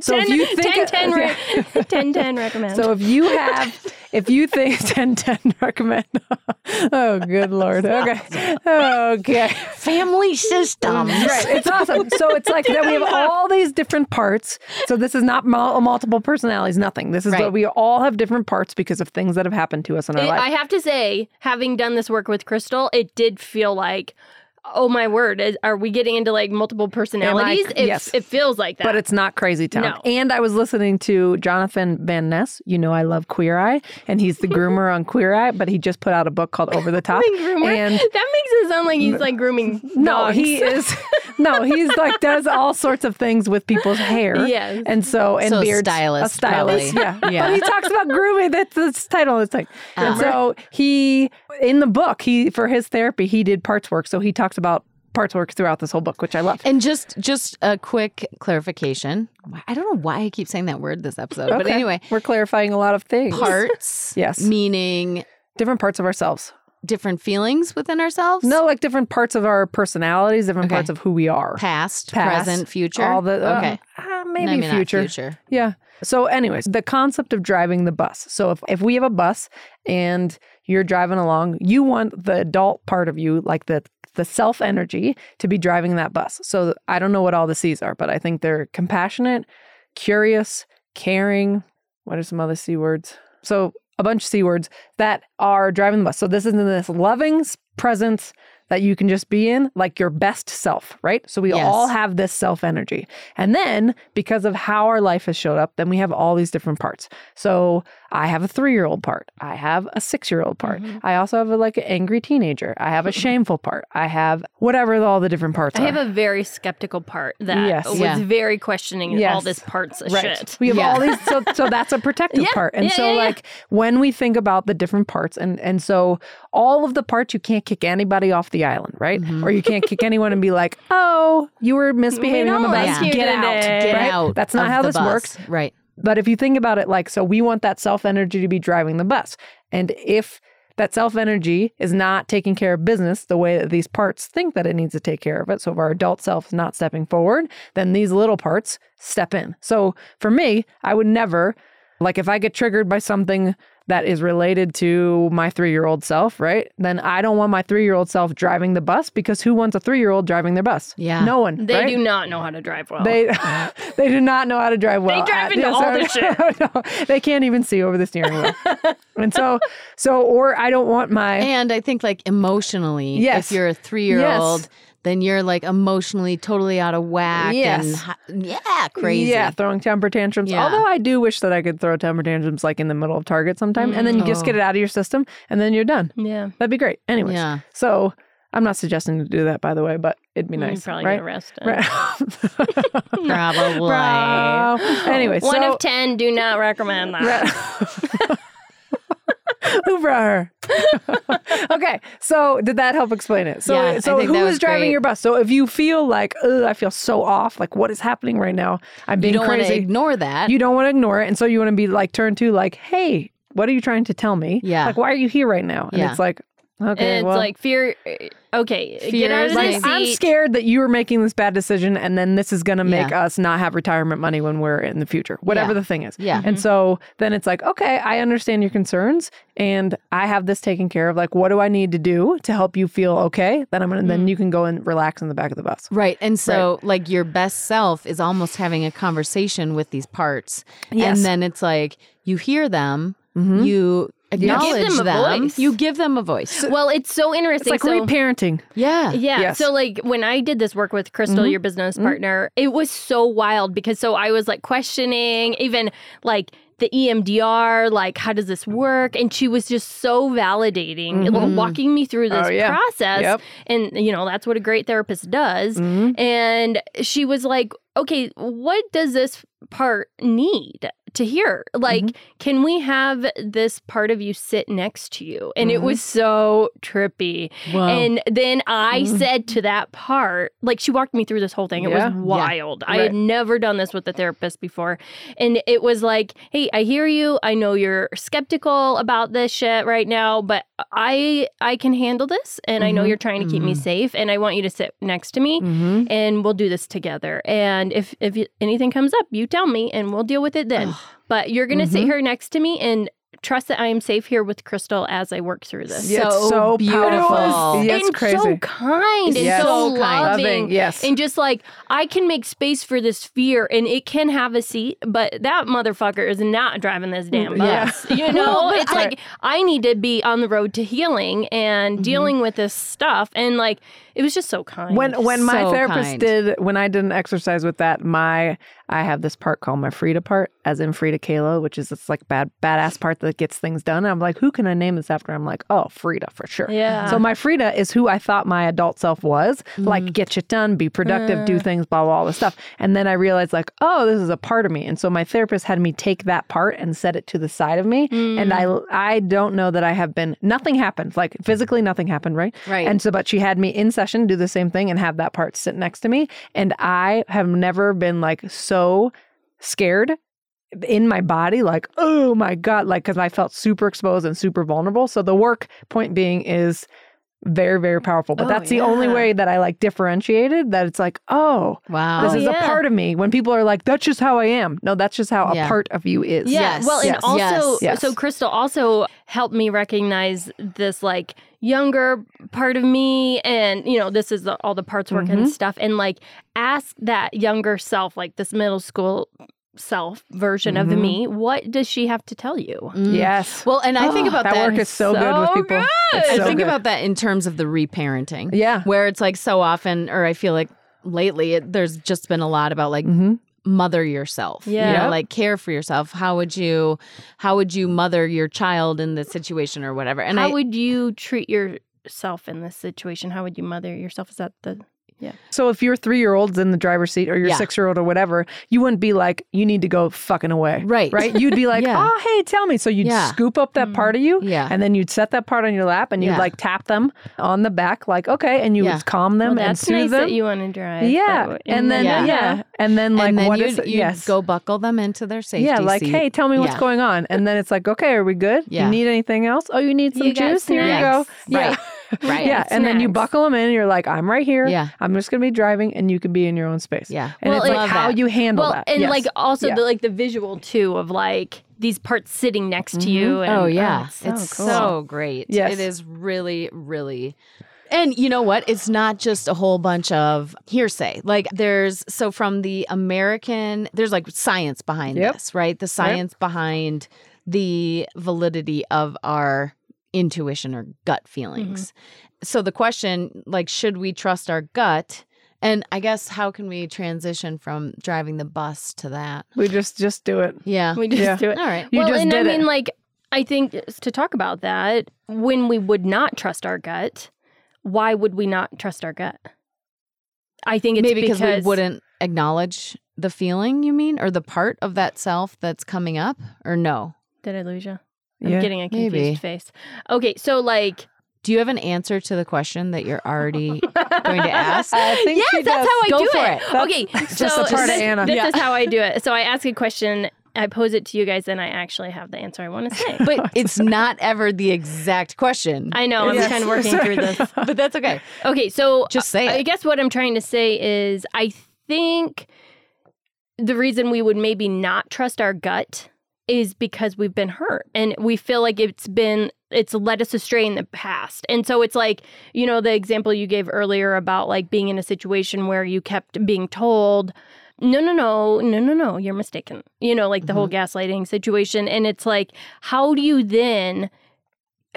A: So if
C: 10,
A: you think
C: 10, 10, re- 10, 10 recommend.
A: (laughs) So if you have, if you think (laughs) 1010 recommend, (laughs) oh good lord, okay, okay,
B: Family systems.
A: right, it's awesome. So it's like that we have all these different parts. So this is not mul- multiple personalities, nothing. This is
B: Right.
A: what we all have different parts because of things that have happened to us in our
C: It-
A: life.
C: I have to say, having done this work with Crystal, it did feel like, oh my word, is, are we getting into like multiple personalities? it,
A: yes.
C: it feels like that.
A: but
C: (laughs)
A: it's not crazy town.
C: No.
A: And I was listening to Jonathan Van Ness. You know, I love Queer Eye, and he's the groomer on Queer Eye. But he just put out a book called Over the Top,
C: groomer.
A: and
C: (laughs) that makes it sound like he's like grooming.
A: (laughs) No,
C: dogs.
A: he
C: (laughs)
A: is. (laughs) No, he's like does all sorts of things with people's hair.
C: Yes.
A: and so and
B: So a
A: beards.
B: stylist,
A: a stylist.
B: probably.
A: Yeah,
B: (laughs) Yeah. Uh-huh.
A: But he talks about grooming. That's the title of his thing. And so he in the book he for his therapy he did parts work. So he talks about parts work throughout this whole book, which I love.
B: (laughs) And just just a quick clarification. I don't know why I keep saying that word this episode, but
A: Okay.
B: anyway,
A: we're clarifying a lot of things.
B: parts
A: (laughs) Yes.
B: meaning
A: Different parts of ourselves.
B: different feelings within ourselves?
A: No, like different parts of our personalities, different
B: Okay.
A: parts of who we are.
B: Past,
A: Past,
B: present, future.
A: All the uh,
B: okay.
A: uh,
B: No,
A: maybe
B: I mean, not
A: future.
B: future.
A: Yeah. So, anyways, the concept of driving the bus. So, if, if we have a bus and you're driving along, you want the adult part of you, like the the self energy, to be driving that bus. So, I don't know what all the C's are, but I think they're compassionate, curious, caring. What are some other C words? So, a bunch of C words that are driving the bus. So, this is in this loving presence that you can just be in, like your best self, right? So, we
B: Yes.
A: all have this self energy. And then because of how our life has showed up, then we have all these different parts. So I have a three year old part. I have a six year old part.
B: Mhm.
A: I also have a, like an angry teenager. I have a shameful part. I have whatever the- all the different parts
C: I
A: are.
C: have a very skeptical part that
A: Yes.
C: was
B: Yeah.
C: very questioning all
A: Yes.
C: this parts of
A: Right.
C: shit.
A: We have
B: Yeah.
A: all these. So, so that's a protective
C: Yeah.
A: part. And
C: Yeah,
A: so,
C: yeah, yeah.
A: like when we think about the different parts, and and so all of the parts, you can't kick anybody off the island, right? Or you can't kick anyone and be like, "Oh, you were misbehaving on the
C: don't
A: bus.
B: like you
A: Get out,
C: today."
B: Get
A: right?
B: out.
A: That's not
B: of
A: how
B: the
A: this
B: bus.
A: works.
B: Right.
A: But if you think about it, like, so we want that self energy to be driving the bus. And if that self energy is not taking care of business the way that these parts think that it needs to take care of it. So if our adult self is not stepping forward, then these little parts step in. So for me, I would never, like, if I get triggered by something that is related to my three year old self, right? Then I don't want my three year old self driving the bus because who wants a three year old driving their bus?
B: Yeah.
A: No one.
C: They
A: right?
C: do not know how to drive well.
A: They
C: (laughs)
A: they (laughs) do not know how to drive well.
C: drive
A: Uh,
C: into all
A: sorry. (laughs)
C: the
A: No, they can't even see over the steering wheel. and so, so or I don't want my
B: And I think like emotionally,
A: Yes.
B: if you're a three year old,
A: Yes.
B: then you're like emotionally totally out of whack. And,
A: Yes.
B: hi- yeah, crazy.
A: Yeah, (laughs) throwing temper tantrums.
B: Yeah.
A: Although I do wish that I could throw temper tantrums like in the middle of Target sometime, and then you just
B: Oh.
A: get it out of your system, and then you're done.
C: yeah.
A: That'd be great. Anyways,
B: Yeah.
A: so I'm not suggesting to do that, by the way, but it'd be
C: You're
A: nice,
C: Mm, probably
A: right?
C: get arrested. (laughs)
A: Right. (laughs)
B: Probably.
A: Bro. Anyways,
C: Oh, One
A: so,
C: of ten. Do not recommend that.
A: (laughs) Who brought her? (laughs) okay, so did that help explain it? So,
B: Yeah, I
A: so
B: think
A: who
B: that
A: is
B: was
A: driving
B: great.
A: your bus? So if you feel like, Ugh, I feel so off, like what is happening right now? I'm
B: You
A: being
B: don't want to
A: crazy.
B: ignore that.
A: you don't want to ignore it, and so you want to be like turned to like, hey, what are you trying to tell me?
B: Yeah.
A: like why are you here right now? And
B: Yeah.
A: it's like,
C: And
A: okay,
C: (laughs) it's
A: well,
C: like fear. Okay, get
B: Fear
C: out
B: is
C: of
A: like,
C: this
A: I'm
C: seat.
A: scared that you're making this bad decision, and then this is going to make
B: Yeah.
A: us not have retirement money when we're in the future, whatever
B: Yeah.
A: the thing is.
B: Yeah.
A: And
C: Mm-hmm.
A: so then it's like, okay, I understand your concerns, and I have this taken care of. Like, what do I need to do to help you feel okay? Then I'm gonna,
C: Mm.
A: then you can go and relax in the back of the bus.
B: Right. And so, like, your best self is almost having a conversation with these parts.
A: Yes.
B: And then it's like you hear them, you acknowledge
C: them a voice.
B: You give them a voice.
C: Well, it's so
A: It's
C: interesting.
A: like
C: so,
A: reparenting.
B: yeah.
C: Yeah.
A: Yes. Mm-hmm.
C: So like when I did this work with Crystal, your business partner, it was so wild because so I was like questioning even like the E EMDR, like how does this work? And she was just so validating, like, walking me through this
A: Mm-hmm. Oh, yeah.
C: process.
A: Yep. Mm-hmm.
C: And you know, that's what a great therapist does. And she was like, okay, what does this part need to hear? Like,
A: Mm-hmm.
C: can we have this part of you sit next to you? And it was
A: Mm-hmm.
C: so trippy.
B: Wow.
C: And then I said to that part, like she walked me through this whole thing. It
A: Yeah.
C: was
A: Yeah.
C: wild. I had
A: Right.
C: never done this with a therapist before. And it was like, hey, I hear you. I know you're skeptical about this shit right now, but I I can handle this and I know
A: Mhm.
C: you're trying to keep me
B: Mhm.
C: safe and I want you to sit next to me
A: Mm-hmm.
C: and we'll do this together. And if if y- anything comes up, you tell me and we'll deal with it then.
B: Ugh.
C: But you're going to sit
A: Mhm.
C: here next to me and trust that I am safe here with Crystal as I work through this.
A: Yeah, it's
B: So
A: so
B: beautiful.
A: powerful. Yeah, it's
C: and
A: crazy.
C: so kind and
A: Yes.
C: so
B: So kind.
C: loving.
A: Yes.
C: And just like I can make space for this fear and it can have a seat, but that motherfucker is not driving this damn
B: Yeah.
C: bus.
A: (laughs)
C: You know?
A: Mm, but- Mm-hmm.
C: it's like I need to be on the road to healing and dealing with this stuff. And like it was just so kind.
A: When when my
B: So
A: therapist
B: kind.
A: did when I did an exercise with that, my I have this part called my Frida part, as in Frida Kahlo, which is this like bad badass part that gets things done. I'm like, who can I name this after? I'm like, oh, Frida for sure.
C: Yeah.
A: So my Frida is who I thought my adult self was, like
B: Mm-hmm.
A: get shit done, be productive,
B: Uh.
A: do things, blah blah all this stuff. And then I realized like, oh, this is a part of me. And so my therapist had me take that part and set it to the side of me.
C: mm.
A: And I
B: Mm-hmm.
A: I don't know that I have been nothing happened. Like physically nothing happened, right?
B: Right.
A: And so, but she had me in session do the same thing and have that part sit next to me. And I have never been like so scared in my body, like, oh my God, like, because I felt super exposed and super vulnerable. So the work, point being, is very, very powerful. But
C: Oh,
A: that's the only
C: yeah.
A: way that I like differentiated that it's like, oh,
B: Wow.
A: this
C: Oh,
A: is a
C: yeah.
A: part of me. When people are like, that's just how I am. No, that's just how
B: Yeah.
A: a part of you is.
C: Yeah.
B: Yes.
C: Well, and
A: Yes.
C: also,
A: Yes.
C: so Crystal also helped me recognize this like younger part of me, and you know, this is the, all the parts work
A: Mhm.
C: and stuff, and like ask that younger self, like this middle school self version of
A: Mhm.
C: me, what does she have to tell you?
B: Mm.
A: Yes.
B: Well, and I think
A: Oh,
B: about
A: that,
B: that.
A: work is so, good with
C: so
A: people. It's
B: I
A: so
B: think
A: good.
B: about that in terms of the reparenting.
A: Yeah.
B: Where it's like so often, or I feel like lately, it, there's just been a lot about like
A: Mm-hmm.
B: mother yourself. you
C: Yeah.
B: know,
A: Yep.
B: like care for yourself. How would you, how would you mother your child in this situation or whatever? And
C: How
B: I,
C: would you treat yourself in this situation? How would you mother yourself? Is that the
A: So if your three year old's in the driver's seat or your
B: Yeah.
A: six year old or whatever, you wouldn't be like, you need to go fucking away.
B: Right.
A: Right. You'd
B: (laughs)
A: be like,
B: Yeah.
A: oh, hey, tell me. So you'd
B: Yeah.
A: scoop up that
C: Mm.
A: part of you.
B: Yeah.
A: And then you'd set that part on your lap and you'd
B: Yeah.
A: like tap them on the back, like, okay. And you
B: Yeah.
A: would calm them and
C: well, that's
A: soothe
C: nice
A: them.
C: that you want to drive.
A: yeah.
C: that way.
A: And then, yeah.
B: then-
C: (laughs)
A: And then, like,
B: and then
A: what
B: you
A: is it? Yes.
B: go buckle them into their safety
A: yeah, like,
B: seat.
A: hey, tell me what's
B: Yeah.
A: going on. And then it's like, okay, are we good?
B: Yeah.
A: You need anything else? Oh, you need some
C: You got
A: juice? Here you go.
C: snacks.
A: Yeah.
B: Right. right.
A: Yeah. And then you
C: Snacks.
A: buckle them in and you're like, I'm right here.
B: Yeah.
A: I'm just going to be driving and you can be in your own space.
B: Yeah.
A: And
C: Well,
A: it's like
B: love
A: how
B: that.
A: you handle
C: well
A: that.
C: and
A: Yes.
C: like also
A: Yeah.
C: the like the visual too of like these parts sitting next to you
A: Mm-hmm.
C: and,
B: oh yeah,
C: it's so
B: it's
C: cool.
B: so great.
A: Yes.
B: it is really, really. And you know what? It's not just a whole bunch of hearsay. Like there's so from the American, there's like science behind
A: Yep.
B: this, right? The science behind the validity of our intuition or gut feelings. So the question, like, should we trust our gut? And I guess how can we transition from driving the bus to that?
A: we just just do it.
B: Yeah.
C: we just
A: Yeah.
C: do it
B: All right.
A: You
C: well
A: just
C: and i
A: did it.
C: mean like i think to talk about that when we would not trust our gut why would we not trust our gut i think it's
B: maybe because we wouldn't acknowledge the feeling you mean or the part of that self that's coming up or no
C: did i lose you i'm
A: Yeah. (laughs)
C: getting a confused
B: Maybe.
C: face okay so like
B: do you have an answer to the question that (laughs) you're already going to ask
A: I think
C: yes,
A: she
C: that's
A: does.
C: how I
B: Go
C: do
B: for
C: it.
B: it.
A: That's
C: Okay,
A: just
C: so
A: a part of
C: this,
A: Anna.
C: this
B: Yeah.
C: is how I do
A: (laughs)
C: it. So I ask a question, I pose it to you guys, and I actually have the answer I want
A: (laughs)
C: to say.
B: but it's not ever the exact question
C: I know I'm
A: Yes.
C: kind of
A: (laughs)
C: working through this.
B: (laughs) but that's (laughs) okay
C: Okay, so
B: just say
C: I
B: it
C: guess what I'm trying to say is I think the reason we would maybe not trust our gut is because we've been hurt and we feel like it's been it's led us astray in the past. And so it's like, you know, the example you gave earlier about like being in a situation where you kept being told no, no, no, no, no, no, you're mistaken. You know, like the whole
A: Mm-hmm.
C: gaslighting situation. And it's like, how do you then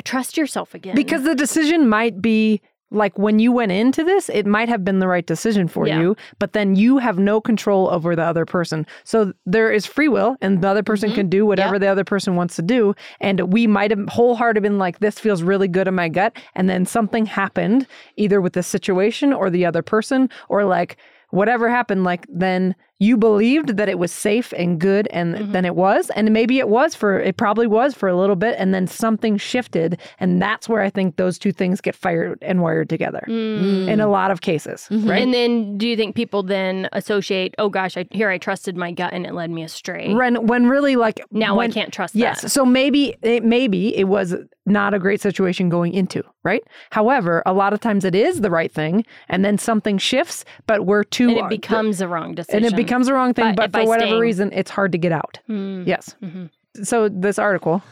C: trust yourself again?
A: Because the decision might be like when you went into this, it might have been the right decision for
C: Yeah.
A: you, but then you have no control over the other person. So there is free will, and the other person can do whatever the other person wants to do. And we might have wholehearted been like, this feels really good in my gut. And then something happened, either with the situation or the other person, or like whatever happened, like then you believed that it was safe and good and then it was and maybe it was for it probably was for a little bit and then something shifted and that's where i think those two things get fired and wired together in a lot of cases right
C: And then do you think people then associate, oh gosh, I, here I trusted my gut and it led me astray.
A: when when really like
C: Now
A: when,
C: I can't trust
A: Yes.
C: that.
A: So maybe it maybe it was not a great situation going into, right? However, a lot of times it is the right thing and then something shifts, but we're too
C: And it becomes a wrong decision.
A: and it becomes a wrong thing, but,
C: But by
A: for whatever
C: staying-
A: reason it's hard to get out.
C: Hmm. Mm-hmm.
A: Yes. So this article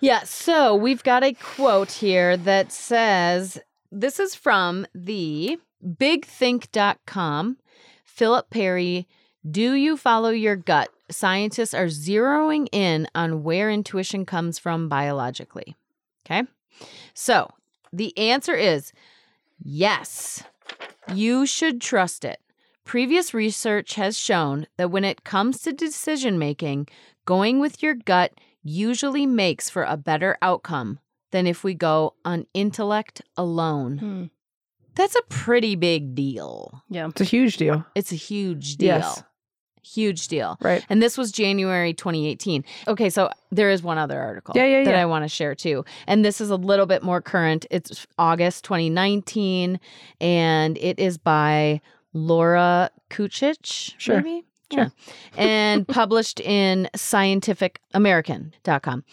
B: yeah so we've got a quote here that says this is from the bigthink.com philip perry do you follow your gut scientists are zeroing in on where intuition comes from biologically okay so the answer is yes you should trust it previous research has shown that when it comes to decision making going with your gut usually makes for a better outcome than if we go on intellect alone
C: Hmm.
B: that's a pretty big deal.
C: Yeah.
A: It's a huge deal,
B: It's a huge deal.
A: Yes.
B: Huge deal.
A: right?
B: And this was January 2018. Okay, so there is one other article
A: Yeah, yeah,
B: that
A: yeah.
B: I want to share too. And this is a little bit more current. It's August 2019, and it is by Laura Kuchich.
A: Sure.
B: Maybe? Yeah. (laughs) and published in scientificamerican.com.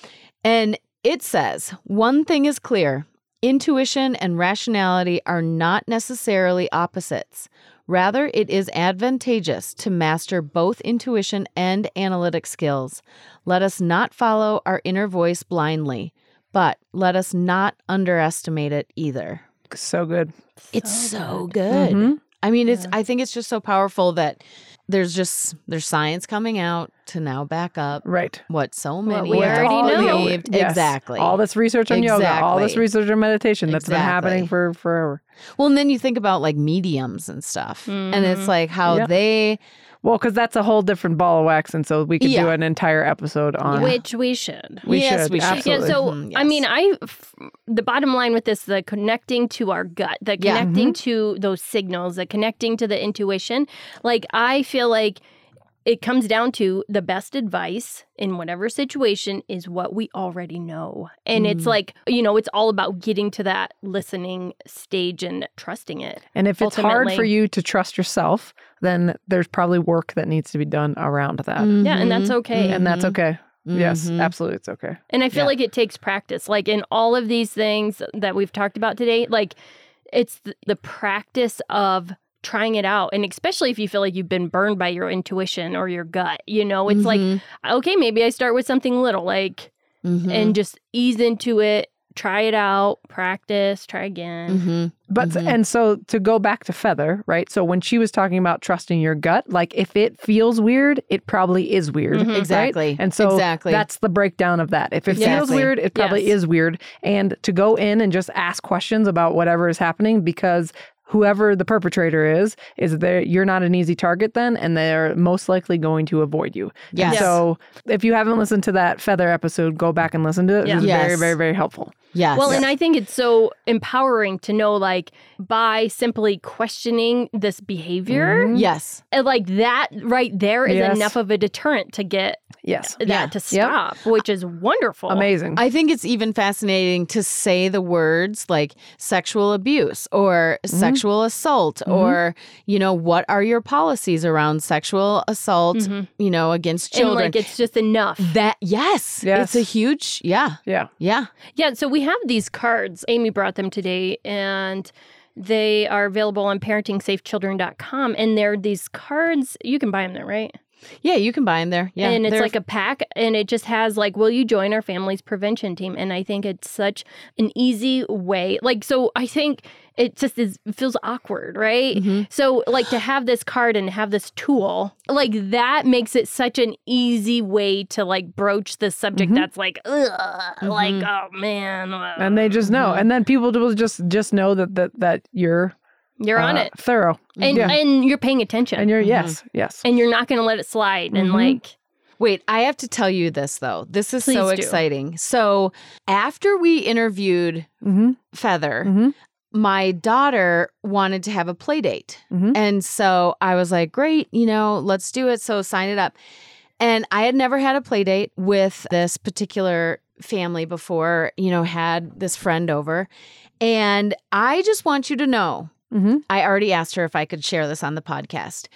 B: And it says one thing is clear intuition and rationality are not necessarily opposites. Rather, it is advantageous to master both intuition and analytic skills. Let us not follow our inner voice blindly, but let us not underestimate it either. Mm-hmm.
A: So good.
B: It's so good.
A: Mhm.
B: I mean, it's
C: Yeah.
B: I think it's just so powerful that there's just there's science coming out to now back up
A: Right.
B: what so
C: What
B: many
C: we
B: have
C: already know.
B: believed.
A: Yes.
B: Exactly.
A: All this research on yoga, all this
B: Exactly.
A: research on meditation that's been
B: Exactly.
A: happening for forever.
B: well, and then you think about like mediums and stuff. And it's
C: Mhm.
A: Mm-hmm.
B: like how
A: Yep.
B: they
A: Well, because that's a whole different ball of wax, and so we could do
B: Yeah.
A: an entire episode on.
C: which we should.
A: we
B: Yes,
A: should
B: we should. Yeah,
A: absolutely.
C: Yeah, so
B: Mhm,
C: I
B: yes.
C: mean, I f- the bottom line with this, the connecting to our gut, the
B: Yeah. Mm-hmm.
C: connecting to those signals, the connecting to the intuition. Like I feel like it comes down to the best advice in whatever situation is what we already know. And it's
B: Mm.
C: like, you know, it's all about getting to that listening stage and trusting it.
A: and if it's hard for
C: ultimately-
A: you to trust yourself, then there's probably work that needs to be done around that,
C: Yeah, and that's
B: Mhm.
C: okay.
A: and that's
B: Mhm.
A: okay. Uh, Yes,
B: Mhm.
A: absolutely, it's okay.
C: And I feel
A: Yeah.
C: like it takes practice. Like in all of these things that we've talked about today, like it's th- the practice of trying it out. And especially if you feel like you've been burned by your intuition or your gut, you know, it's like,
B: Mhm.
C: okay, maybe I start with something little, like,
B: Mhm.
C: and just ease into it, try it out, practice, try again.
B: Mhm.
A: But
B: Mhm.
A: and so to go back to Feather, right? So when she was talking about trusting your gut, like if it feels weird, it probably is weird.
C: Mhm. Right?
B: exactly.
A: And so
B: exactly.
A: That's the breakdown of that. If it feels
B: Exactly.
A: weird, it probably
C: Yes.
A: is weird. And to go in and just ask questions about whatever is happening because whoever the perpetrator is is there you're not an easy target then and they're most likely going to avoid you.
B: yes.
A: So if you haven't listened to that feather episode, go back and listen to it.
C: Yeah.
A: It was very,
B: Yes.
A: very, very helpful.
B: yes.
C: Well, and I think it's so empowering to know, like, by simply questioning this behavior,
A: Mhm.
B: yes.
C: and, like that right there is
A: Yes.
C: enough of a deterrent to get
A: Yes.
C: that
B: Yeah.
C: to stop, which is wonderful.
A: Amazing.
B: I think it's even fascinating to say the words like sexual abuse or
C: Mm-hmm.
B: sexual assault or you know what are your policies around sexual assault
C: Mhm.
B: you know against
C: And
B: children Mm.
C: like it's just enough.
B: that yes,
A: Yes.
B: it's a huge yeah
A: yeah.
B: yeah
C: Yeah, so we have these cards. Amy brought them today and they are available on parentingsafechildren.com and they're these cards you can buy them there, right?
B: yeah you can buy them there yeah
C: and it's
B: they're-
C: like a pack and it just has like will you join our family's prevention team and i think it's such an easy way like so i think it just is feels awkward right so like to have this card and have this tool like that makes it such an easy way to like broach the subject
A: Mhm.
C: that's like ugh, like
B: Mhm.
C: oh man uh,
A: And they just know.
B: Mhm.
A: And then people will just just know that that, that you're
C: you're on
A: uh,
C: it
A: Thorough.
C: and
A: yeah.
C: and you're paying attention
A: And
C: and you're, Mm-hmm.
A: you're
B: Mhm.
A: yes, yes.
C: not gonna let it slide and
A: Mhm.
C: like
B: Wait, I have to tell you this though. This is so
C: Please do.
B: exciting. So, after we interviewed
A: Mhm.
B: Feather,
A: Mhm.
B: my daughter wanted to have a play date.
A: Mhm.
B: And so I was like, great, you know, let's do it. So sign it up. And I had never had a play date with this particular family before, you know, had this friend over. And I just want you to know
A: Mhm.
B: I already asked her if I could share this on the podcast.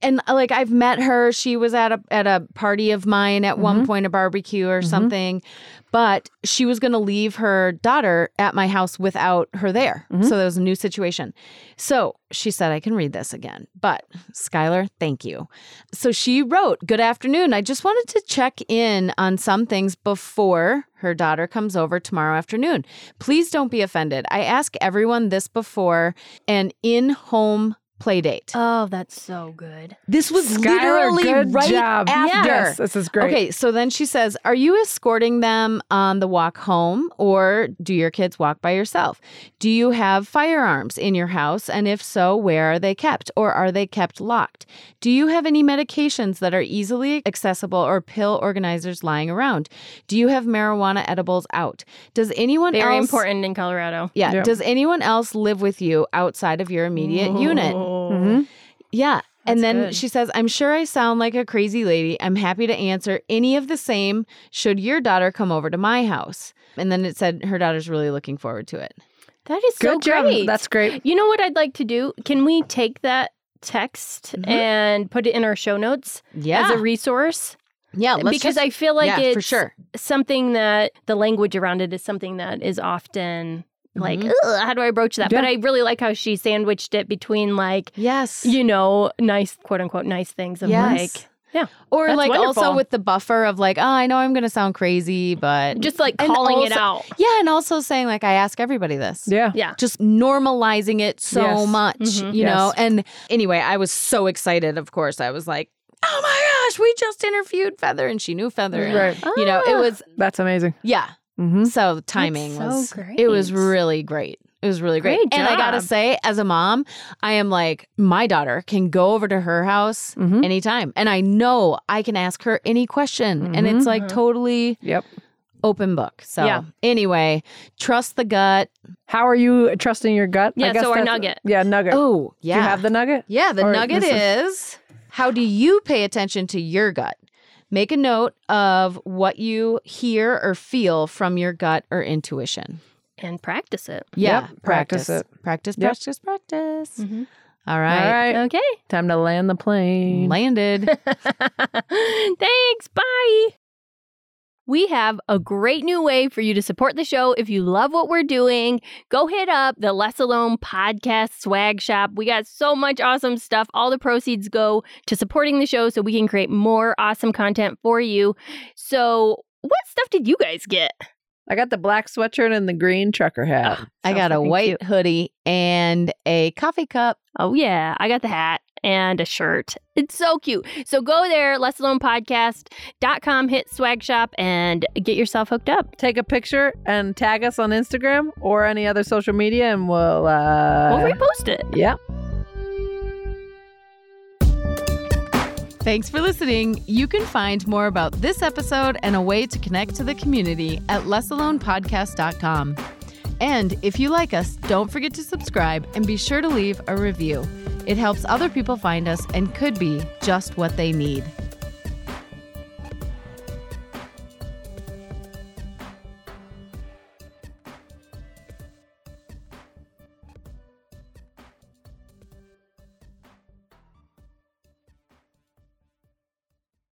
B: And uh, like I've met her, she was at a at a party of mine at one point, a barbecue or
A: Mhm.
B: something. But she was going to leave her daughter at my house without her there,
A: Mhm.
B: so that was a new situation. So she said, "I can read this again." But Skylar, thank you. So she wrote, Good afternoon. I just wanted to check in on some things before her daughter comes over tomorrow afternoon. Please don't be offended. I ask everyone this before an in home play date.
C: oh that's so good
B: this was
A: Skylar,
B: literally
A: good
B: right
A: job.
B: after.
A: Yes, this is great.
B: Okay, so then she says, Are you escorting them on the walk home or do your kids walk by yourself? Do you have firearms in your house? And if so, where are they kept or are they kept locked? Do you have any medications that are easily accessible or pill organizers lying around? Do you have marijuana edibles out? Does anyone
C: very
B: else
C: important in colorado
B: Yeah,
A: Yep.
B: does anyone else live with you outside of your immediate unit?
A: Mhm.
B: Yeah.
C: That's
B: And then
C: good.
B: she says, I'm sure I sound like a crazy lady. I'm happy to answer any of the same should your daughter come over to my house. And then it said her daughter's really looking forward to it.
C: That is
A: Good
C: so
A: job.
C: great.
A: That's great.
C: you know what I'd like to do? Can we take that text
B: Mhm.
C: and put it in our show notes
B: Yeah.
C: as a resource
B: yeah. Let's
C: because
B: just,
C: I feel like
B: yeah,
C: it's
B: for sure.
C: something that the language around it is something that is often like,
B: Mhm.
C: "Ugh, how do I broach that? But I really like how she sandwiched it between like,
B: Yes.
C: you know, nice quote unquote nice things of
B: Yes.
C: like yeah,
B: or
C: that's
B: like also
C: wonderful.
B: with the buffer of like, oh, I know I'm going to sound crazy, but
C: just like
B: And
C: calling it
B: also-
C: out.
B: yeah, and also saying like I ask everybody this.
A: Yeah.
C: Yeah.
B: Just normalizing it so
A: Yes.
B: much,
C: Mhm.
B: you know.
A: Yes.
B: And anyway, I was so excited. Of course, I was like, "Oh my gosh, we just interviewed Feather, and she knew Feather." and,
A: Right.
B: You know, it
C: Ah.
B: was
A: That's amazing.
B: yeah.
A: Mm-hmm.
B: So the timing
C: so
B: was
C: great.
B: it was really great. It was really great.
C: Great
B: and I gotta
C: job.
B: say, as a mom, I am like, my daughter can go over to her house
A: Mm-hmm.
B: anytime. And I know I can ask her any question. And it's like
C: Mhm.
B: totally
A: Yep.
B: open book. So
C: Yeah.
B: anyway, trust the gut.
A: How are you trusting your gut?
C: Yeah, so our
A: that's-
C: nugget.
A: Yeah, nugget.
B: Oh, yeah.
A: Do you have the nugget?
B: Yeah, the
A: All right,
B: nugget
A: this
B: is how do you pay attention to your gut? Make a note of what you hear or feel from your gut or intuition.
C: and practice it.
B: Yeah,
A: Yep, practice
B: Practice,
A: Yep. Mm.
B: practice, practice.
C: Mhm.
B: All right.
A: All right.
C: Okay.
A: Time to land the plane. (laughs)
C: (laughs)
B: Landed.
C: Thanks. Bye. We have a great new way for you to support the show. If you love what we're doing, go hit up the Less Alone podcast swag shop. We got so much awesome stuff. All the proceeds go to supporting the show so we can create more awesome content for you. So, what stuff did you guys get?
A: I got the black sweatshirt and the green trucker hat.
B: I
C: Sounds
B: got a
C: fucking
B: white
C: cute.
B: hoodie and a coffee cup.
C: Oh, yeah. I got the hat and a shirt. It's so cute. So, go there, lessalonepodcast.com, hit swag shop, and get yourself hooked up.
A: Take a picture and tag us on Instagram or any other social media, and we'll. Uh,
C: We'll repost it.
A: yeah.
B: Thanks for listening. You can find more about this episode and a way to connect to the community at lessalonepodcast.com. And if you like us, don't forget to subscribe and be sure to leave a review. It helps other people find us and could be just what they need.